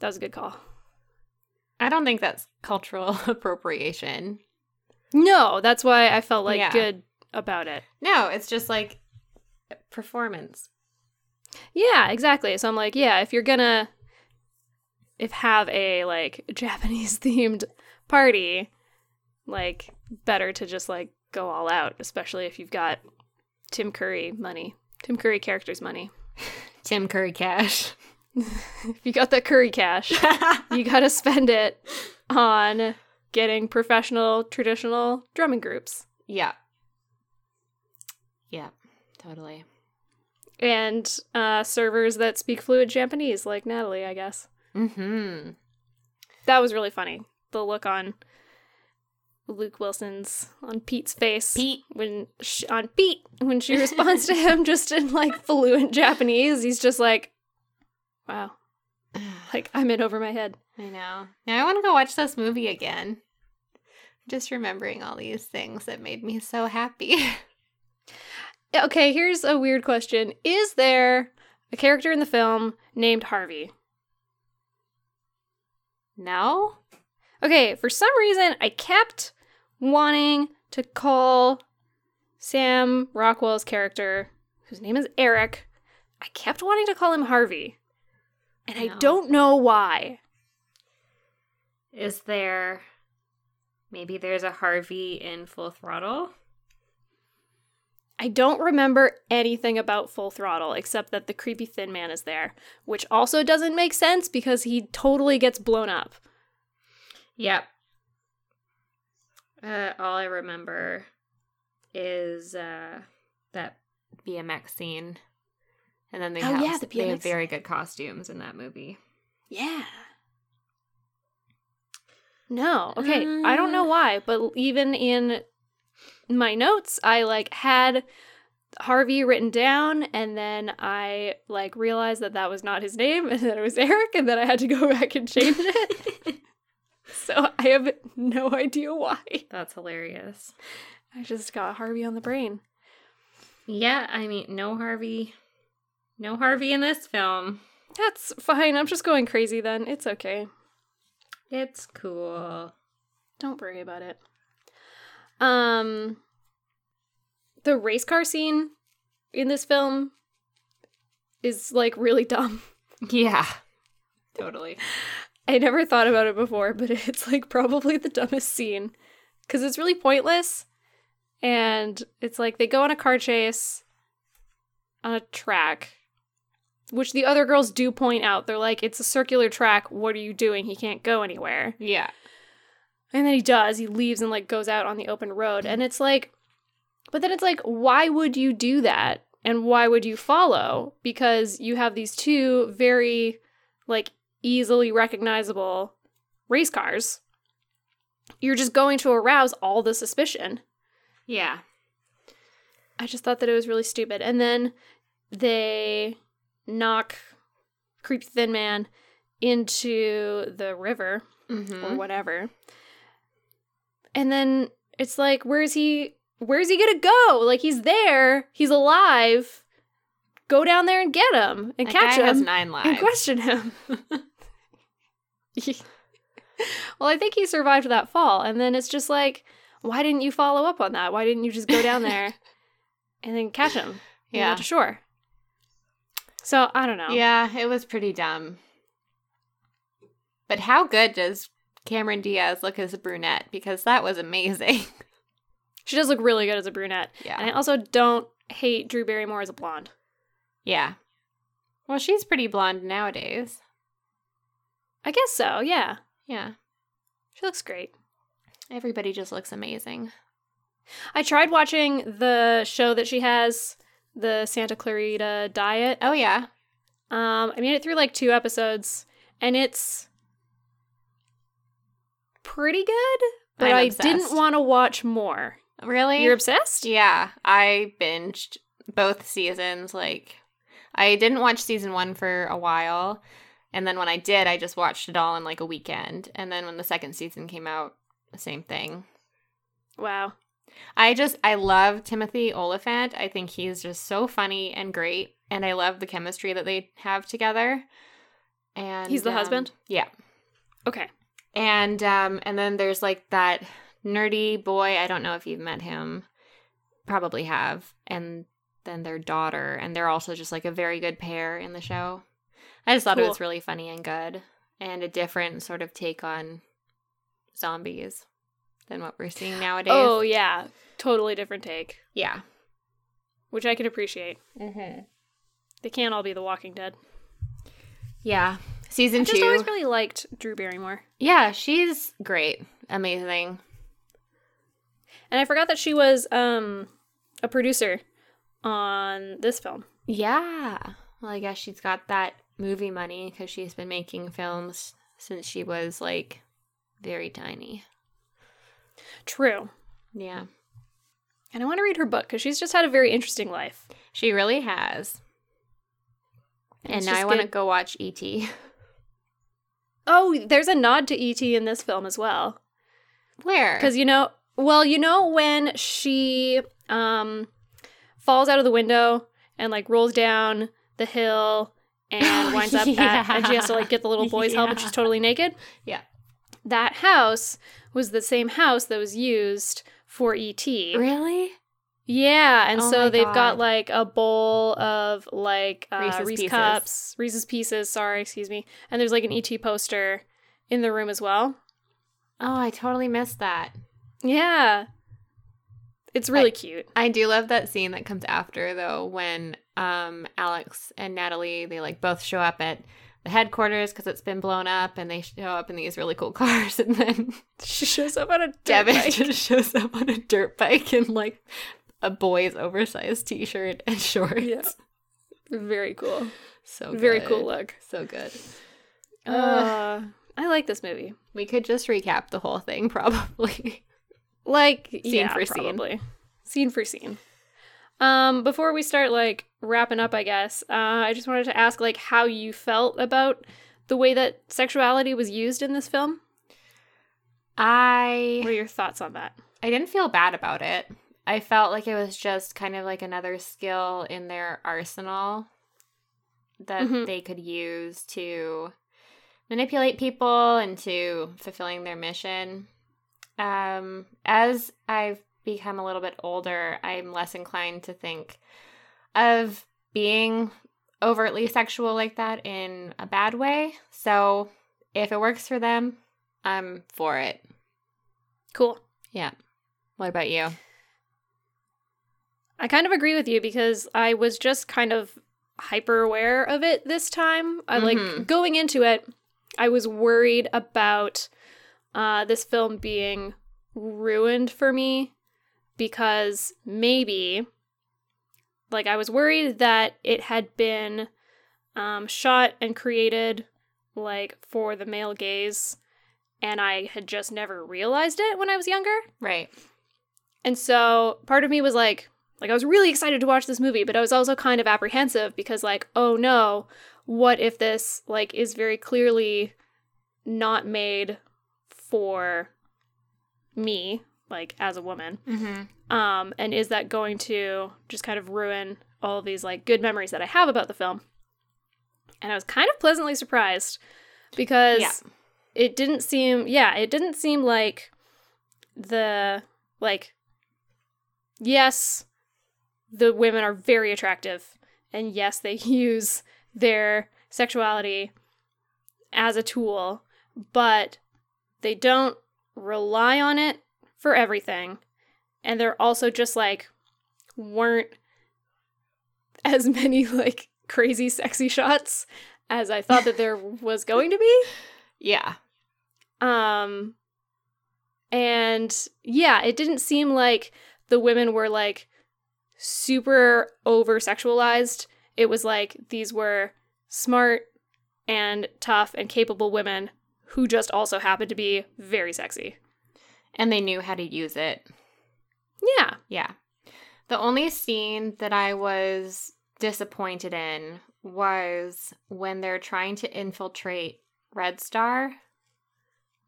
Speaker 1: That was a good call.
Speaker 2: I don't think that's cultural appropriation.
Speaker 1: No, that's why I felt like
Speaker 2: Yeah.
Speaker 1: good about it.
Speaker 2: No, it's just like performance.
Speaker 1: Yeah, exactly. So I'm like, yeah, if you're gonna if have a like Japanese themed party, like better to just like go all out, especially if you've got Tim Curry money. Tim Curry characters money.
Speaker 2: Tim Curry Cash.
Speaker 1: If you got that curry cash, you gotta spend it on getting professional traditional drumming groups.
Speaker 2: yeah. Yeah, totally.
Speaker 1: And uh, servers that speak fluent Japanese, like Natalie, I guess.
Speaker 2: Mm-hmm.
Speaker 1: That was really funny. The look on Luke Wilson's on Pete's face
Speaker 2: Pete.
Speaker 1: when she, on Pete when she responds to him just in like fluent Japanese. He's just like, "Wow,
Speaker 2: I
Speaker 1: like I'm in over my head."
Speaker 2: know. Now I want to go watch this movie again. Just remembering all these things that made me so happy.
Speaker 1: Okay, here's a weird question: Is there a character in the film named Harvey?
Speaker 2: no?
Speaker 1: Okay, for some reason I kept wanting to call Sam Rockwell's character, whose name is Eric, I kept wanting to call him Harvey. And I
Speaker 2: No.
Speaker 1: don't know why.
Speaker 2: Is there maybe there's a Harvey in Full Throttle?
Speaker 1: I don't remember anything about Full Throttle except that the creepy thin man is there, which also doesn't make sense because he totally gets blown up.
Speaker 2: Yep. Uh, all I remember is uh, that BMX scene. And then they,
Speaker 1: Oh,
Speaker 2: have,
Speaker 1: yeah, the
Speaker 2: they have
Speaker 1: BMX.
Speaker 2: very good costumes in that movie.
Speaker 1: Yeah. No. Okay. I don't know
Speaker 2: Uh.
Speaker 1: why, but even in my notes, I like had Harvey written down, and then I like realized that that was not his name, and that it was Eric, and then I had to go back and change it. so I have no idea why.
Speaker 2: That's hilarious.
Speaker 1: I just got Harvey on the brain.
Speaker 2: Yeah, I mean, no Harvey. No Harvey in this film.
Speaker 1: That's fine. I'm just going crazy then. It's okay.
Speaker 2: It's cool.
Speaker 1: Don't worry about it. Um the race car scene in this film is like really dumb.
Speaker 2: Yeah. Totally.
Speaker 1: I never thought about it before, but it's like probably the dumbest scene cuz it's really pointless and it's like they go on a car chase on a track which the other girls do point out. They're like it's a circular track. What are you doing? He can't go anywhere.
Speaker 2: Yeah.
Speaker 1: And then he does. He leaves and like goes out on the open road. And it's like, but then it's like, why would you do that? And why would you follow? Because you have these two very like easily recognizable race cars. You're just going to arouse all the suspicion.
Speaker 2: Yeah.
Speaker 1: I just thought that it was really stupid. And then they knock Creepy Thin Man into the river or
Speaker 2: Mhm.
Speaker 1: whatever. And then it's like, where's he? Where's he gonna go? Like he's there, he's alive. Go down there and get him and
Speaker 2: That
Speaker 1: catch
Speaker 2: guy has
Speaker 1: him
Speaker 2: nine
Speaker 1: and
Speaker 2: lives.
Speaker 1: question him. well, I think he survived that fall, and then it's just like, why didn't you follow up on that? Why didn't you just go down there and then catch him? and get
Speaker 2: Yeah.
Speaker 1: to shore. So I don't know.
Speaker 2: Yeah, it was pretty dumb. But how good does Cameron Diaz look as a brunette? Because that was amazing.
Speaker 1: she does look really good as a brunette,
Speaker 2: Yeah.
Speaker 1: and I also don't hate Drew Barrymore as a blonde.
Speaker 2: yeah. Well, she's pretty blonde nowadays.
Speaker 1: I guess so, yeah.
Speaker 2: Yeah.
Speaker 1: She looks great.
Speaker 2: Everybody just looks amazing.
Speaker 1: I tried watching the show that she has, the Santa Clarita Diet.
Speaker 2: Oh, yeah.
Speaker 1: Um, I made it through like two episodes, and it's pretty good, but
Speaker 2: I'm
Speaker 1: I
Speaker 2: obsessed.
Speaker 1: didn't want to watch more.
Speaker 2: Really?
Speaker 1: You're obsessed?
Speaker 2: Yeah, I binged both seasons. Like, I didn't watch season one for a while. And then when I did, I just watched it all in like a weekend. And then when the second season came out, same thing.
Speaker 1: Wow.
Speaker 2: I just, I love Timothy Oliphant. I think he's just so funny and great. And I love the chemistry that they have together. And um,
Speaker 1: He's the husband?
Speaker 2: Yeah.
Speaker 1: Okay.
Speaker 2: And um and then there's like that nerdy boy, I don't know if you've met him. Probably have. And then their daughter and they're also just like a very good pair in the show. I just thought it
Speaker 1: Cool.
Speaker 2: was really funny and good and a different sort of take on zombies than what we're seeing nowadays.
Speaker 1: Oh, yeah. Totally different take,
Speaker 2: yeah.
Speaker 1: which I can appreciate.
Speaker 2: Mhm.
Speaker 1: They can't all be The Walking Dead.
Speaker 2: Yeah.
Speaker 1: I
Speaker 2: Season
Speaker 1: just
Speaker 2: 2.
Speaker 1: always really liked Drew Barrymore.
Speaker 2: yeah, she's great. Amazing.
Speaker 1: And I forgot that she was um, a producer on this film.
Speaker 2: Yeah. Well, I guess she's got that movie money because she's been making films since she was like very tiny.
Speaker 1: True.
Speaker 2: Yeah.
Speaker 1: And I want to read her book because she's just had a very interesting life.
Speaker 2: She really has. And
Speaker 1: It's
Speaker 2: now
Speaker 1: just
Speaker 2: I want to
Speaker 1: good-
Speaker 2: go watch E E.T.
Speaker 1: Oh, there's a nod to E.T. in this film as well.
Speaker 2: Where?
Speaker 1: Because, you know, well, you know, when she um, falls out of the window and like rolls down the hill and winds up at, and she has to like get the little boy's help and
Speaker 2: Yeah.
Speaker 1: she's totally naked?
Speaker 2: Yeah.
Speaker 1: That house was the same house that was used for E E.T.
Speaker 2: Really?
Speaker 1: Yeah, and
Speaker 2: Oh my
Speaker 1: so they've
Speaker 2: God.
Speaker 1: got like a bowl of like uh,
Speaker 2: Reese's
Speaker 1: Reese's
Speaker 2: Pieces.
Speaker 1: cups, Reese's pieces. Sorry, excuse me. And there's like an ET poster in the room as well.
Speaker 2: Oh, I totally missed that.
Speaker 1: Yeah, it's really cute.
Speaker 2: I do love that scene that comes after though when um Alex and Natalie they like both show up at the headquarters because it's been blown up and they show up in these really cool cars and then
Speaker 1: She shows up on a dirt
Speaker 2: Devin
Speaker 1: bike.
Speaker 2: just shows up on a dirt bike and like a boy's oversized t-shirt and shorts.
Speaker 1: Yeah. Very cool.
Speaker 2: So
Speaker 1: Very
Speaker 2: good.
Speaker 1: cool look.
Speaker 2: So good.
Speaker 1: Uh,
Speaker 2: Uh,
Speaker 1: I like this movie.
Speaker 2: we could just recap the whole thing probably.
Speaker 1: Like
Speaker 2: yeah,
Speaker 1: for scene. Scene for scene. Um, before we start like wrapping up, I guess, uh, I just wanted to ask like how you felt about the way that sexuality was used in this film.
Speaker 2: I
Speaker 1: What are your thoughts on that?
Speaker 2: I didn't feel bad about it. I felt like it was just kind of like another skill in their arsenal that
Speaker 1: Mhm.
Speaker 2: they could use to manipulate people into fulfilling their mission. Um, as I've become a little bit older, I'm less inclined to think of being overtly sexual like that in a bad way. So if it works for them, I'm for it.
Speaker 1: Cool.
Speaker 2: What about you?
Speaker 1: I kind of agree with you because I was just kind of hyper aware of it this time. I
Speaker 2: Mhm.
Speaker 1: like going into it, I was worried about uh, this film being ruined for me because maybe, like, I was worried that it had been um, shot and created like for the male gaze, and I had just never realized it when I was younger.
Speaker 2: Right.
Speaker 1: And so part of me was like, like I was really excited to watch this movie, but I was also kind of apprehensive because like, oh no, what if this like is very clearly not made for me, like as a woman?
Speaker 2: Mm-hmm.
Speaker 1: Um and is that going to just kind of ruin all of these like good memories that I have about the film? And I was kind of pleasantly surprised because
Speaker 2: Yeah.
Speaker 1: it didn't seem yeah it didn't seem like the like yes the women are very attractive and yes they use their sexuality as a tool but they don't rely on it for everything and there also just like weren't as many like crazy sexy shots as i thought that there was going to be
Speaker 2: Yeah.
Speaker 1: um and yeah, it didn't seem like the women were like super over sexualized. It was like these were smart and tough and capable women who just also happened to be very sexy.
Speaker 2: And they knew how to use it.
Speaker 1: Yeah.
Speaker 2: Yeah. The only scene that I was disappointed in was when they're trying to infiltrate Red Star.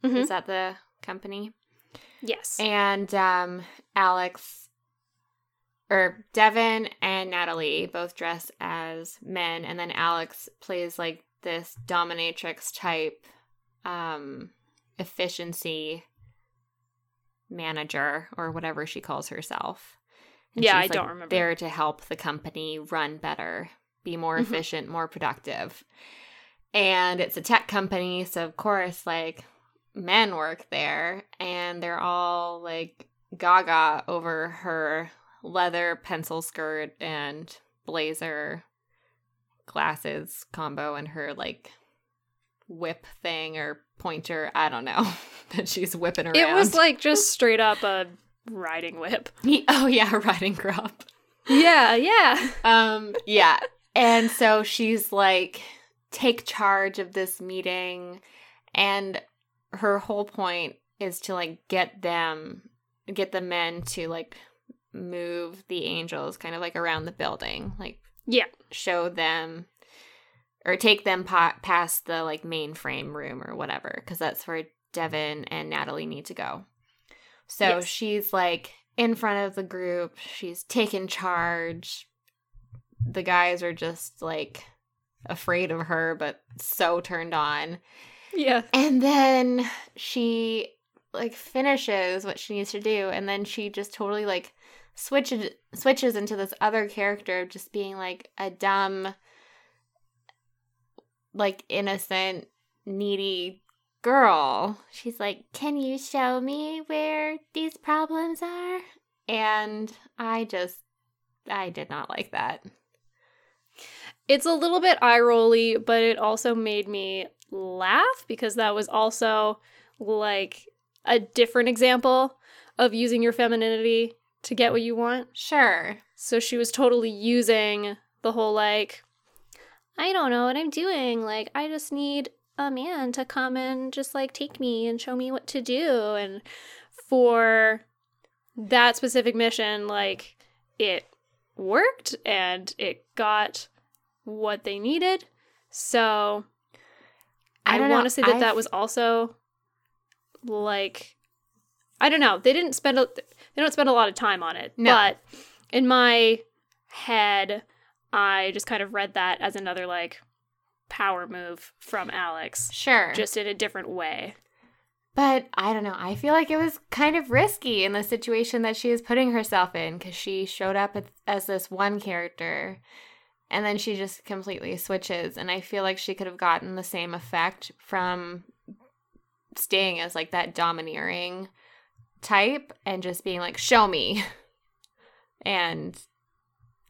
Speaker 1: Mhm.
Speaker 2: Is that the company?
Speaker 1: Yes.
Speaker 2: And um, Alex or Devin and Natalie both dress as men, and then Alex plays like this dominatrix type um, efficiency manager or whatever she calls herself.
Speaker 1: Yeah,
Speaker 2: she's,
Speaker 1: I don't remember.
Speaker 2: There to help the company run better, be more
Speaker 1: Mhm.
Speaker 2: efficient, more productive. And it's a tech company, so of course, like men work there, and they're all like gaga over her leather pencil skirt and blazer glasses combo and her like whip thing or pointer i don't know that she's whipping around
Speaker 1: it was like just straight up a riding whip.
Speaker 2: oh yeah riding crop
Speaker 1: Yeah, yeah.
Speaker 2: um yeah and so she's like take charge of this meeting and her whole point is to like get them get the men to like move the angels kind of like around the building like
Speaker 1: Yeah.
Speaker 2: show them or take them pa- past the like mainframe room or whatever because that's where devin and natalie need to go so
Speaker 1: Yes.
Speaker 2: she's like in front of the group she's taken charge the guys are just like afraid of her but so turned on
Speaker 1: Yeah.
Speaker 2: and then she like finishes what she needs to do and then she just totally like switches switches into this other character of just being like a dumb like innocent needy girl. She's like, "Can you show me where these problems are?" And I just I did not like that.
Speaker 1: It's a little bit eye rolly, but it also made me laugh because that was also like a different example of using your femininity to get what you want.
Speaker 2: Sure.
Speaker 1: So she was totally using the whole like, I don't know what I'm doing. Like, I just need a man to come and just like take me and show me what to do. And for that specific mission, like, it worked and it got what they needed. So I,
Speaker 2: don't know.
Speaker 1: want to say that
Speaker 2: I've-
Speaker 1: that was also like I don't know. They didn't spend a, they don't spend a lot of time on it,
Speaker 2: No.
Speaker 1: but in my head, I just kind of read that as another like power move from Alex,
Speaker 2: Sure.
Speaker 1: just in a different way.
Speaker 2: But I don't know. I feel like it was kind of risky in the situation that she is putting herself in because she showed up as- as this one character and then she just completely switches. And I feel like she could have gotten the same effect from staying as like that domineering type and just being like, show me. And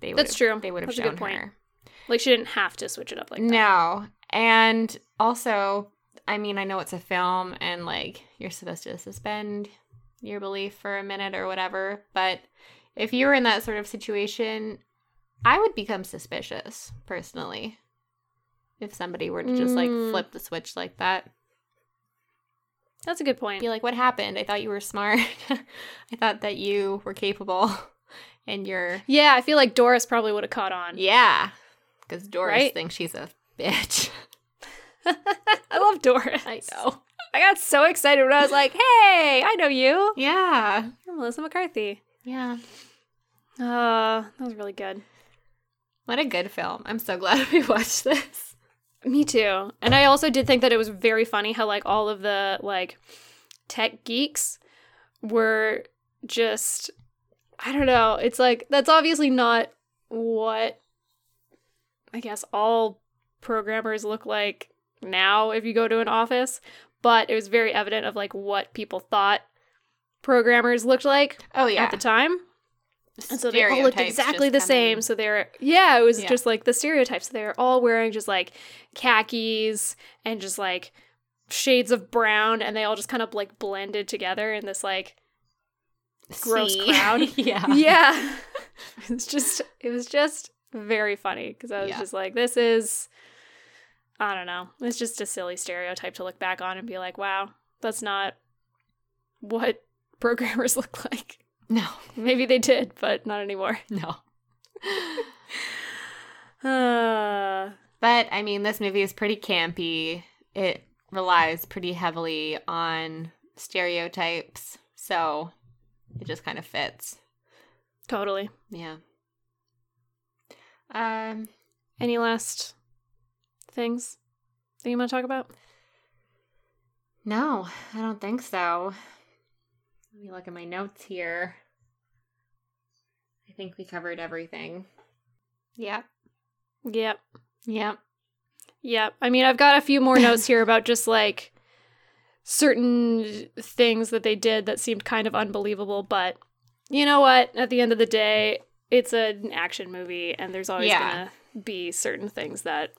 Speaker 2: they would
Speaker 1: That's
Speaker 2: have-
Speaker 1: true.
Speaker 2: They would have
Speaker 1: That's a
Speaker 2: shown
Speaker 1: good point.
Speaker 2: her.
Speaker 1: Like she didn't have to switch it up like that.
Speaker 2: No. And also, I mean, I know it's a film and like you're supposed to suspend your belief for a minute or whatever, but if you were in that sort of situation, I would become suspicious personally if somebody were to just like
Speaker 1: Mm.
Speaker 2: flip the switch like that.
Speaker 1: That's a good point.
Speaker 2: Be like, what happened? I thought you were smart. I thought that you were capable and you're,
Speaker 1: Yeah, I feel like Doris probably would have caught on.
Speaker 2: yeah. Because Doris
Speaker 1: Right?
Speaker 2: thinks she's a bitch.
Speaker 1: I love Doris.
Speaker 2: I know.
Speaker 1: I got so excited when I was like, "Hey, I know you.
Speaker 2: Yeah.
Speaker 1: You're Melissa McCarthy."
Speaker 2: Yeah.
Speaker 1: Uh, that was really good.
Speaker 2: What a good film. I'm so glad we watched this.
Speaker 1: Me too. And I also did think that it was very funny how like all of the like tech geeks were just I don't know. It's like that's obviously not what I guess all programmers look like now if you go to an office, but it was very evident of like what people thought programmers looked like
Speaker 2: Oh yeah.
Speaker 1: at the time. And so they all looked
Speaker 2: Stereotypes
Speaker 1: exactly
Speaker 2: just
Speaker 1: the
Speaker 2: come
Speaker 1: same.
Speaker 2: in.
Speaker 1: So they're yeah, it was
Speaker 2: Yeah.
Speaker 1: just like the stereotypes. So they're all wearing just like khakis and just like shades of brown, and they all just kind of like blended together in this like gross
Speaker 2: See?
Speaker 1: crowd.
Speaker 2: yeah.
Speaker 1: yeah. it's just it was just very funny because I was
Speaker 2: Yeah.
Speaker 1: just like, this is I don't know. It's just a silly stereotype to look back on and be like, wow, that's not what programmers look like.
Speaker 2: No.
Speaker 1: Maybe they did, but not anymore.
Speaker 2: No.
Speaker 1: Uh,
Speaker 2: but I mean, this movie is pretty campy. It relies pretty heavily on stereotypes, so it just kind of fits.
Speaker 1: totally.
Speaker 2: Yeah. Um.
Speaker 1: Any last things that you want to talk about?
Speaker 2: No, I don't think so. Let me look at my notes here. I think we covered everything. Yep.
Speaker 1: Yep.
Speaker 2: Yep.
Speaker 1: Yep. I mean, I've got a few more notes here about just like certain things that they did that seemed kind of unbelievable, but you know what? At the end of the day, it's an action movie, and there's always
Speaker 2: Yeah.
Speaker 1: going to be certain things that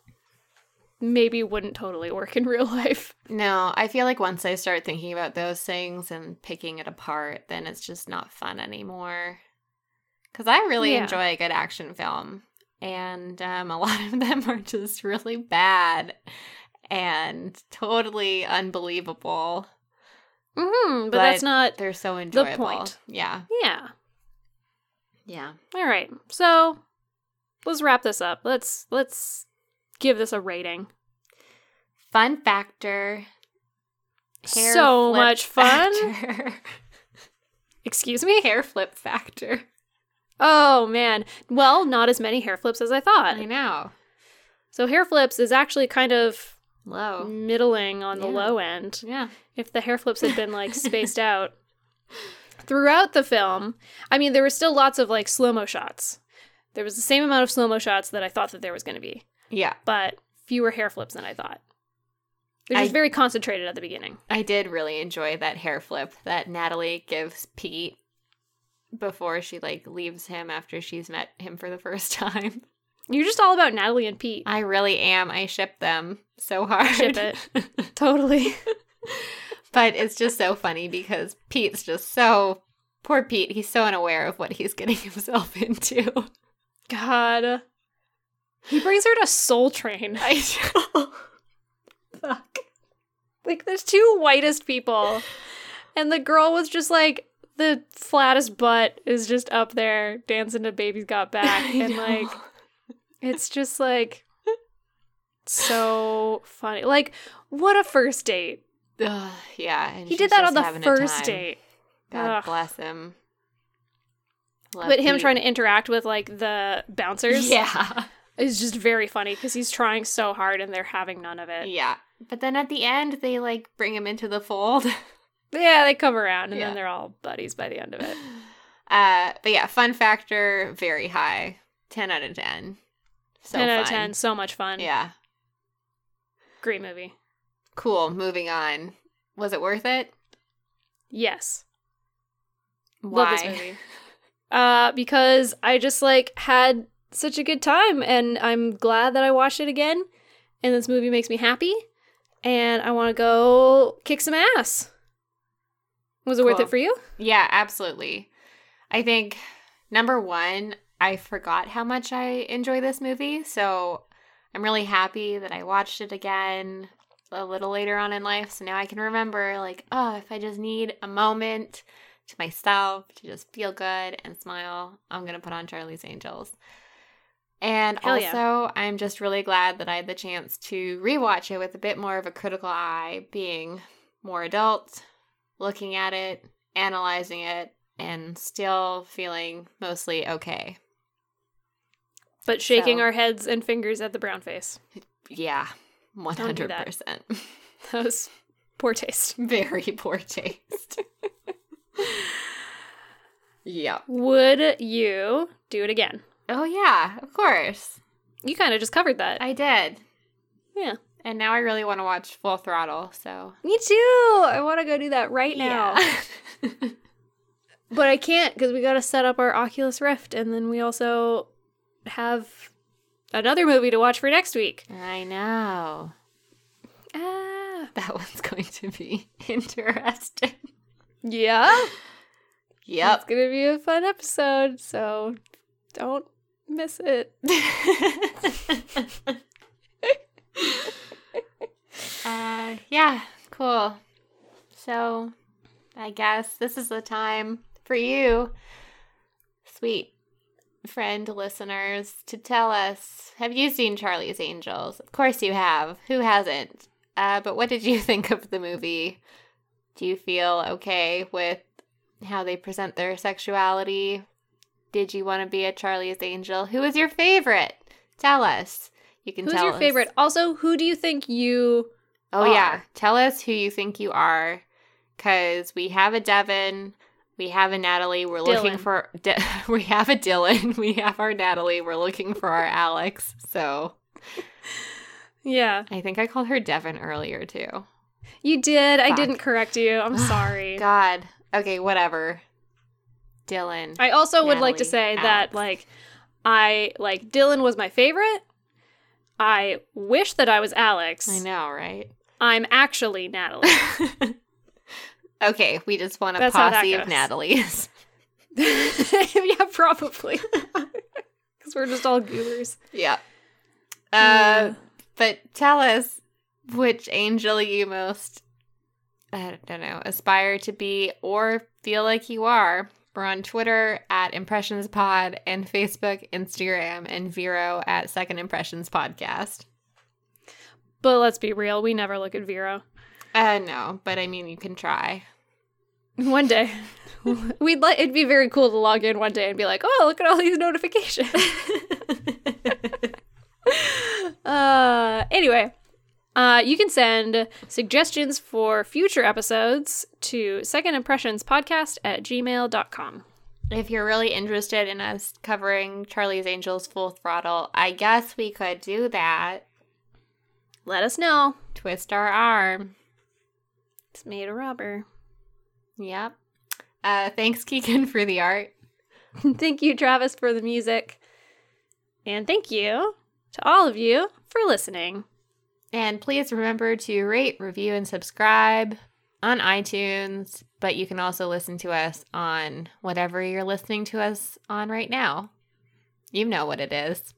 Speaker 1: maybe wouldn't totally work in real life.
Speaker 2: No, I feel like once I start thinking about those things and picking it apart, then it's just not fun anymore. Because I really
Speaker 1: Yeah.
Speaker 2: enjoy a good action film, and um, a lot of them are just really bad and totally unbelievable.
Speaker 1: Mm-hmm, but,
Speaker 2: But
Speaker 1: that's not.
Speaker 2: They're so enjoyable.
Speaker 1: point.
Speaker 2: Yeah.
Speaker 1: Yeah.
Speaker 2: Yeah.
Speaker 1: All right. So let's wrap this up. Let's let's give this a rating.
Speaker 2: Fun factor. hair
Speaker 1: so
Speaker 2: flip
Speaker 1: much fun.
Speaker 2: factor.
Speaker 1: Excuse me?
Speaker 2: hair flip factor.
Speaker 1: Oh man. Well, not as many hair flips as I thought.
Speaker 2: I know.
Speaker 1: So hair flips is actually kind of
Speaker 2: Low.
Speaker 1: middling on the
Speaker 2: Oh. Yeah.
Speaker 1: low end.
Speaker 2: Yeah.
Speaker 1: If the hair flips had been like spaced out throughout the film, I mean there were still lots of like slow-mo shots. There was the same amount of slow-mo shots that I thought that there was going to be,
Speaker 2: Yeah.
Speaker 1: but fewer hair flips than I thought. They're
Speaker 2: I-
Speaker 1: just very concentrated at the beginning.
Speaker 2: I did really enjoy that hair flip that Natalie gives Pete before she like leaves him after she's met him for the first time.
Speaker 1: You're just all about Natalie and Pete.
Speaker 2: I really am. I ship them so hard.
Speaker 1: Ship
Speaker 2: it.
Speaker 1: Totally.
Speaker 2: but it's just so funny because Pete's just so Poor Pete, he's so unaware of what he's getting himself into.
Speaker 1: God. He brings her to Soul Train.
Speaker 2: I know. Fuck.
Speaker 1: Like, there's two whitest people. And the girl was just like, the flattest butt is just up there dancing to Baby's Got Back.
Speaker 2: I
Speaker 1: And,
Speaker 2: know.
Speaker 1: like, it's just like so funny. Like, what a first date.
Speaker 2: Ugh, yeah. and
Speaker 1: He
Speaker 2: she's
Speaker 1: did that on
Speaker 2: just
Speaker 1: the
Speaker 2: having a
Speaker 1: first
Speaker 2: time.
Speaker 1: date.
Speaker 2: God
Speaker 1: Ugh.
Speaker 2: bless him. Love
Speaker 1: But him
Speaker 2: Pete.
Speaker 1: trying to interact with like the bouncers
Speaker 2: Yeah.
Speaker 1: is just very funny because he's trying so hard and they're having none of it.
Speaker 2: Yeah. But then at the end, they like bring him into the fold.
Speaker 1: Yeah, they come around and
Speaker 2: Yeah.
Speaker 1: then they're all buddies by the end of it.
Speaker 2: Uh, but yeah, fun factor very high. Ten out of ten. So
Speaker 1: 10 out of
Speaker 2: fun.
Speaker 1: 10. So much fun.
Speaker 2: Yeah.
Speaker 1: Great movie.
Speaker 2: Cool. Moving on. Was it worth it?
Speaker 1: Yes.
Speaker 2: Why?
Speaker 1: Love this movie. Uh, because I just like had such a good time and I'm glad that I watched it again. And this movie makes me happy. And I want to go kick some ass. Was it worth
Speaker 2: Cool.
Speaker 1: it for you?
Speaker 2: Yeah, absolutely. I think number one, I forgot how much I enjoy this movie. So I'm really happy that I watched it again a little later on in life. So now I can remember, like, oh, if I just need a moment to myself to just feel good and smile, I'm going to put on Charlie's Angels. And
Speaker 1: Hell
Speaker 2: also,
Speaker 1: yeah.
Speaker 2: I'm just really glad that I had the chance to rewatch it with a bit more of a critical eye, being more adult, looking at it, analyzing it, and still feeling mostly okay.
Speaker 1: But shaking
Speaker 2: So.
Speaker 1: our heads and fingers at the brown face.
Speaker 2: Yeah,
Speaker 1: Don't do
Speaker 2: 100%.
Speaker 1: that. That was poor taste.
Speaker 2: Very poor taste. yeah.
Speaker 1: Would you do it again?
Speaker 2: Oh, yeah, of course.
Speaker 1: You kind of just covered that.
Speaker 2: I did.
Speaker 1: yeah.
Speaker 2: And now I really want to watch Full Throttle, so.
Speaker 1: Me too. I want to go do that right now.
Speaker 2: Yeah.
Speaker 1: But I can't because we got to set up our Oculus Rift and then we also have another movie to watch for next week.
Speaker 2: I know.
Speaker 1: Ah.
Speaker 2: That one's going to be interesting.
Speaker 1: Yeah. It's
Speaker 2: Yep.
Speaker 1: going to be a fun episode. So don't miss it.
Speaker 2: uh, yeah, cool. So, I guess this is the time for you, sweet friend listeners, to tell us Have you seen Charlie's Angels? Of course you have. Who hasn't? Uh, but what did you think of the movie? Do you feel okay with how they present their sexuality? Did you want to be a Charlie's Angel? Who is your favorite? Tell us. You can
Speaker 1: Who's
Speaker 2: tell
Speaker 1: your
Speaker 2: us.
Speaker 1: favorite? Also, who do you think you.
Speaker 2: Oh
Speaker 1: are.
Speaker 2: yeah, tell us who you think you are, because we have a Devin, we have a Natalie. We're looking
Speaker 1: Dylan.
Speaker 2: for De- we have a Dylan, we have our Natalie. We're looking for our Alex. So
Speaker 1: Yeah.
Speaker 2: I think I called her Devin earlier too.
Speaker 1: You did. I
Speaker 2: Fuck.
Speaker 1: didn't correct you. I'm sorry.
Speaker 2: God. Okay, whatever. Dylan.
Speaker 1: I also would like to
Speaker 2: Natalie,
Speaker 1: say
Speaker 2: Alex.
Speaker 1: that like I like Dylan was my favorite. I wish that I was Alex.
Speaker 2: I know, right?
Speaker 1: I'm actually Natalie.
Speaker 2: Okay, we just want a
Speaker 1: That's how that
Speaker 2: posse of
Speaker 1: goes.
Speaker 2: Natalie's.
Speaker 1: yeah, probably. Because we're just all goobers.
Speaker 2: yeah. Uh,
Speaker 1: Yeah.
Speaker 2: But tell us which angel you most, I don't know, aspire to be or feel like you are. We're on Twitter at Impressions Pod and Facebook, Instagram, and Vero at Second Impressions Podcast.
Speaker 1: But let's be real, we never look at Vero.
Speaker 2: Uh, no, but I mean, you can try.
Speaker 1: One day. We'd like it'd be very cool to log in one day and be like, oh, look at all these notifications. uh anyway. Uh, you can send suggestions for future episodes to secondimpressionspodcast at gmail.com.
Speaker 2: If you're really interested in us covering Charlie's Angels full throttle, I guess we could do that.
Speaker 1: Let us know.
Speaker 2: Twist our arm.
Speaker 1: It's made a rubber.
Speaker 2: Yep. Uh, thanks, Keegan, for the art.
Speaker 1: thank you, Travis, for the music. And thank you to all of you for listening.
Speaker 2: And please remember to rate, review, and subscribe on iTunes, but you can also listen to us on whatever you're listening to us on right now. You know what it is.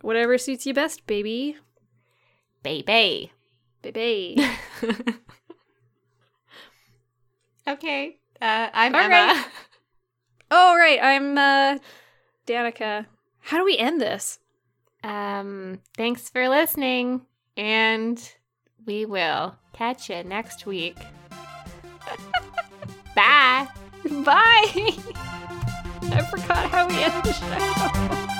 Speaker 1: Whatever suits you best, baby.
Speaker 2: Baby.
Speaker 1: Baby.
Speaker 2: okay. Uh, I'm
Speaker 1: All
Speaker 2: Emma.
Speaker 1: right. oh, right. I'm uh, Danica. How do we end this?
Speaker 2: Um, thanks for listening, and we will catch you next week. Bye. Bye. I forgot how we end the show.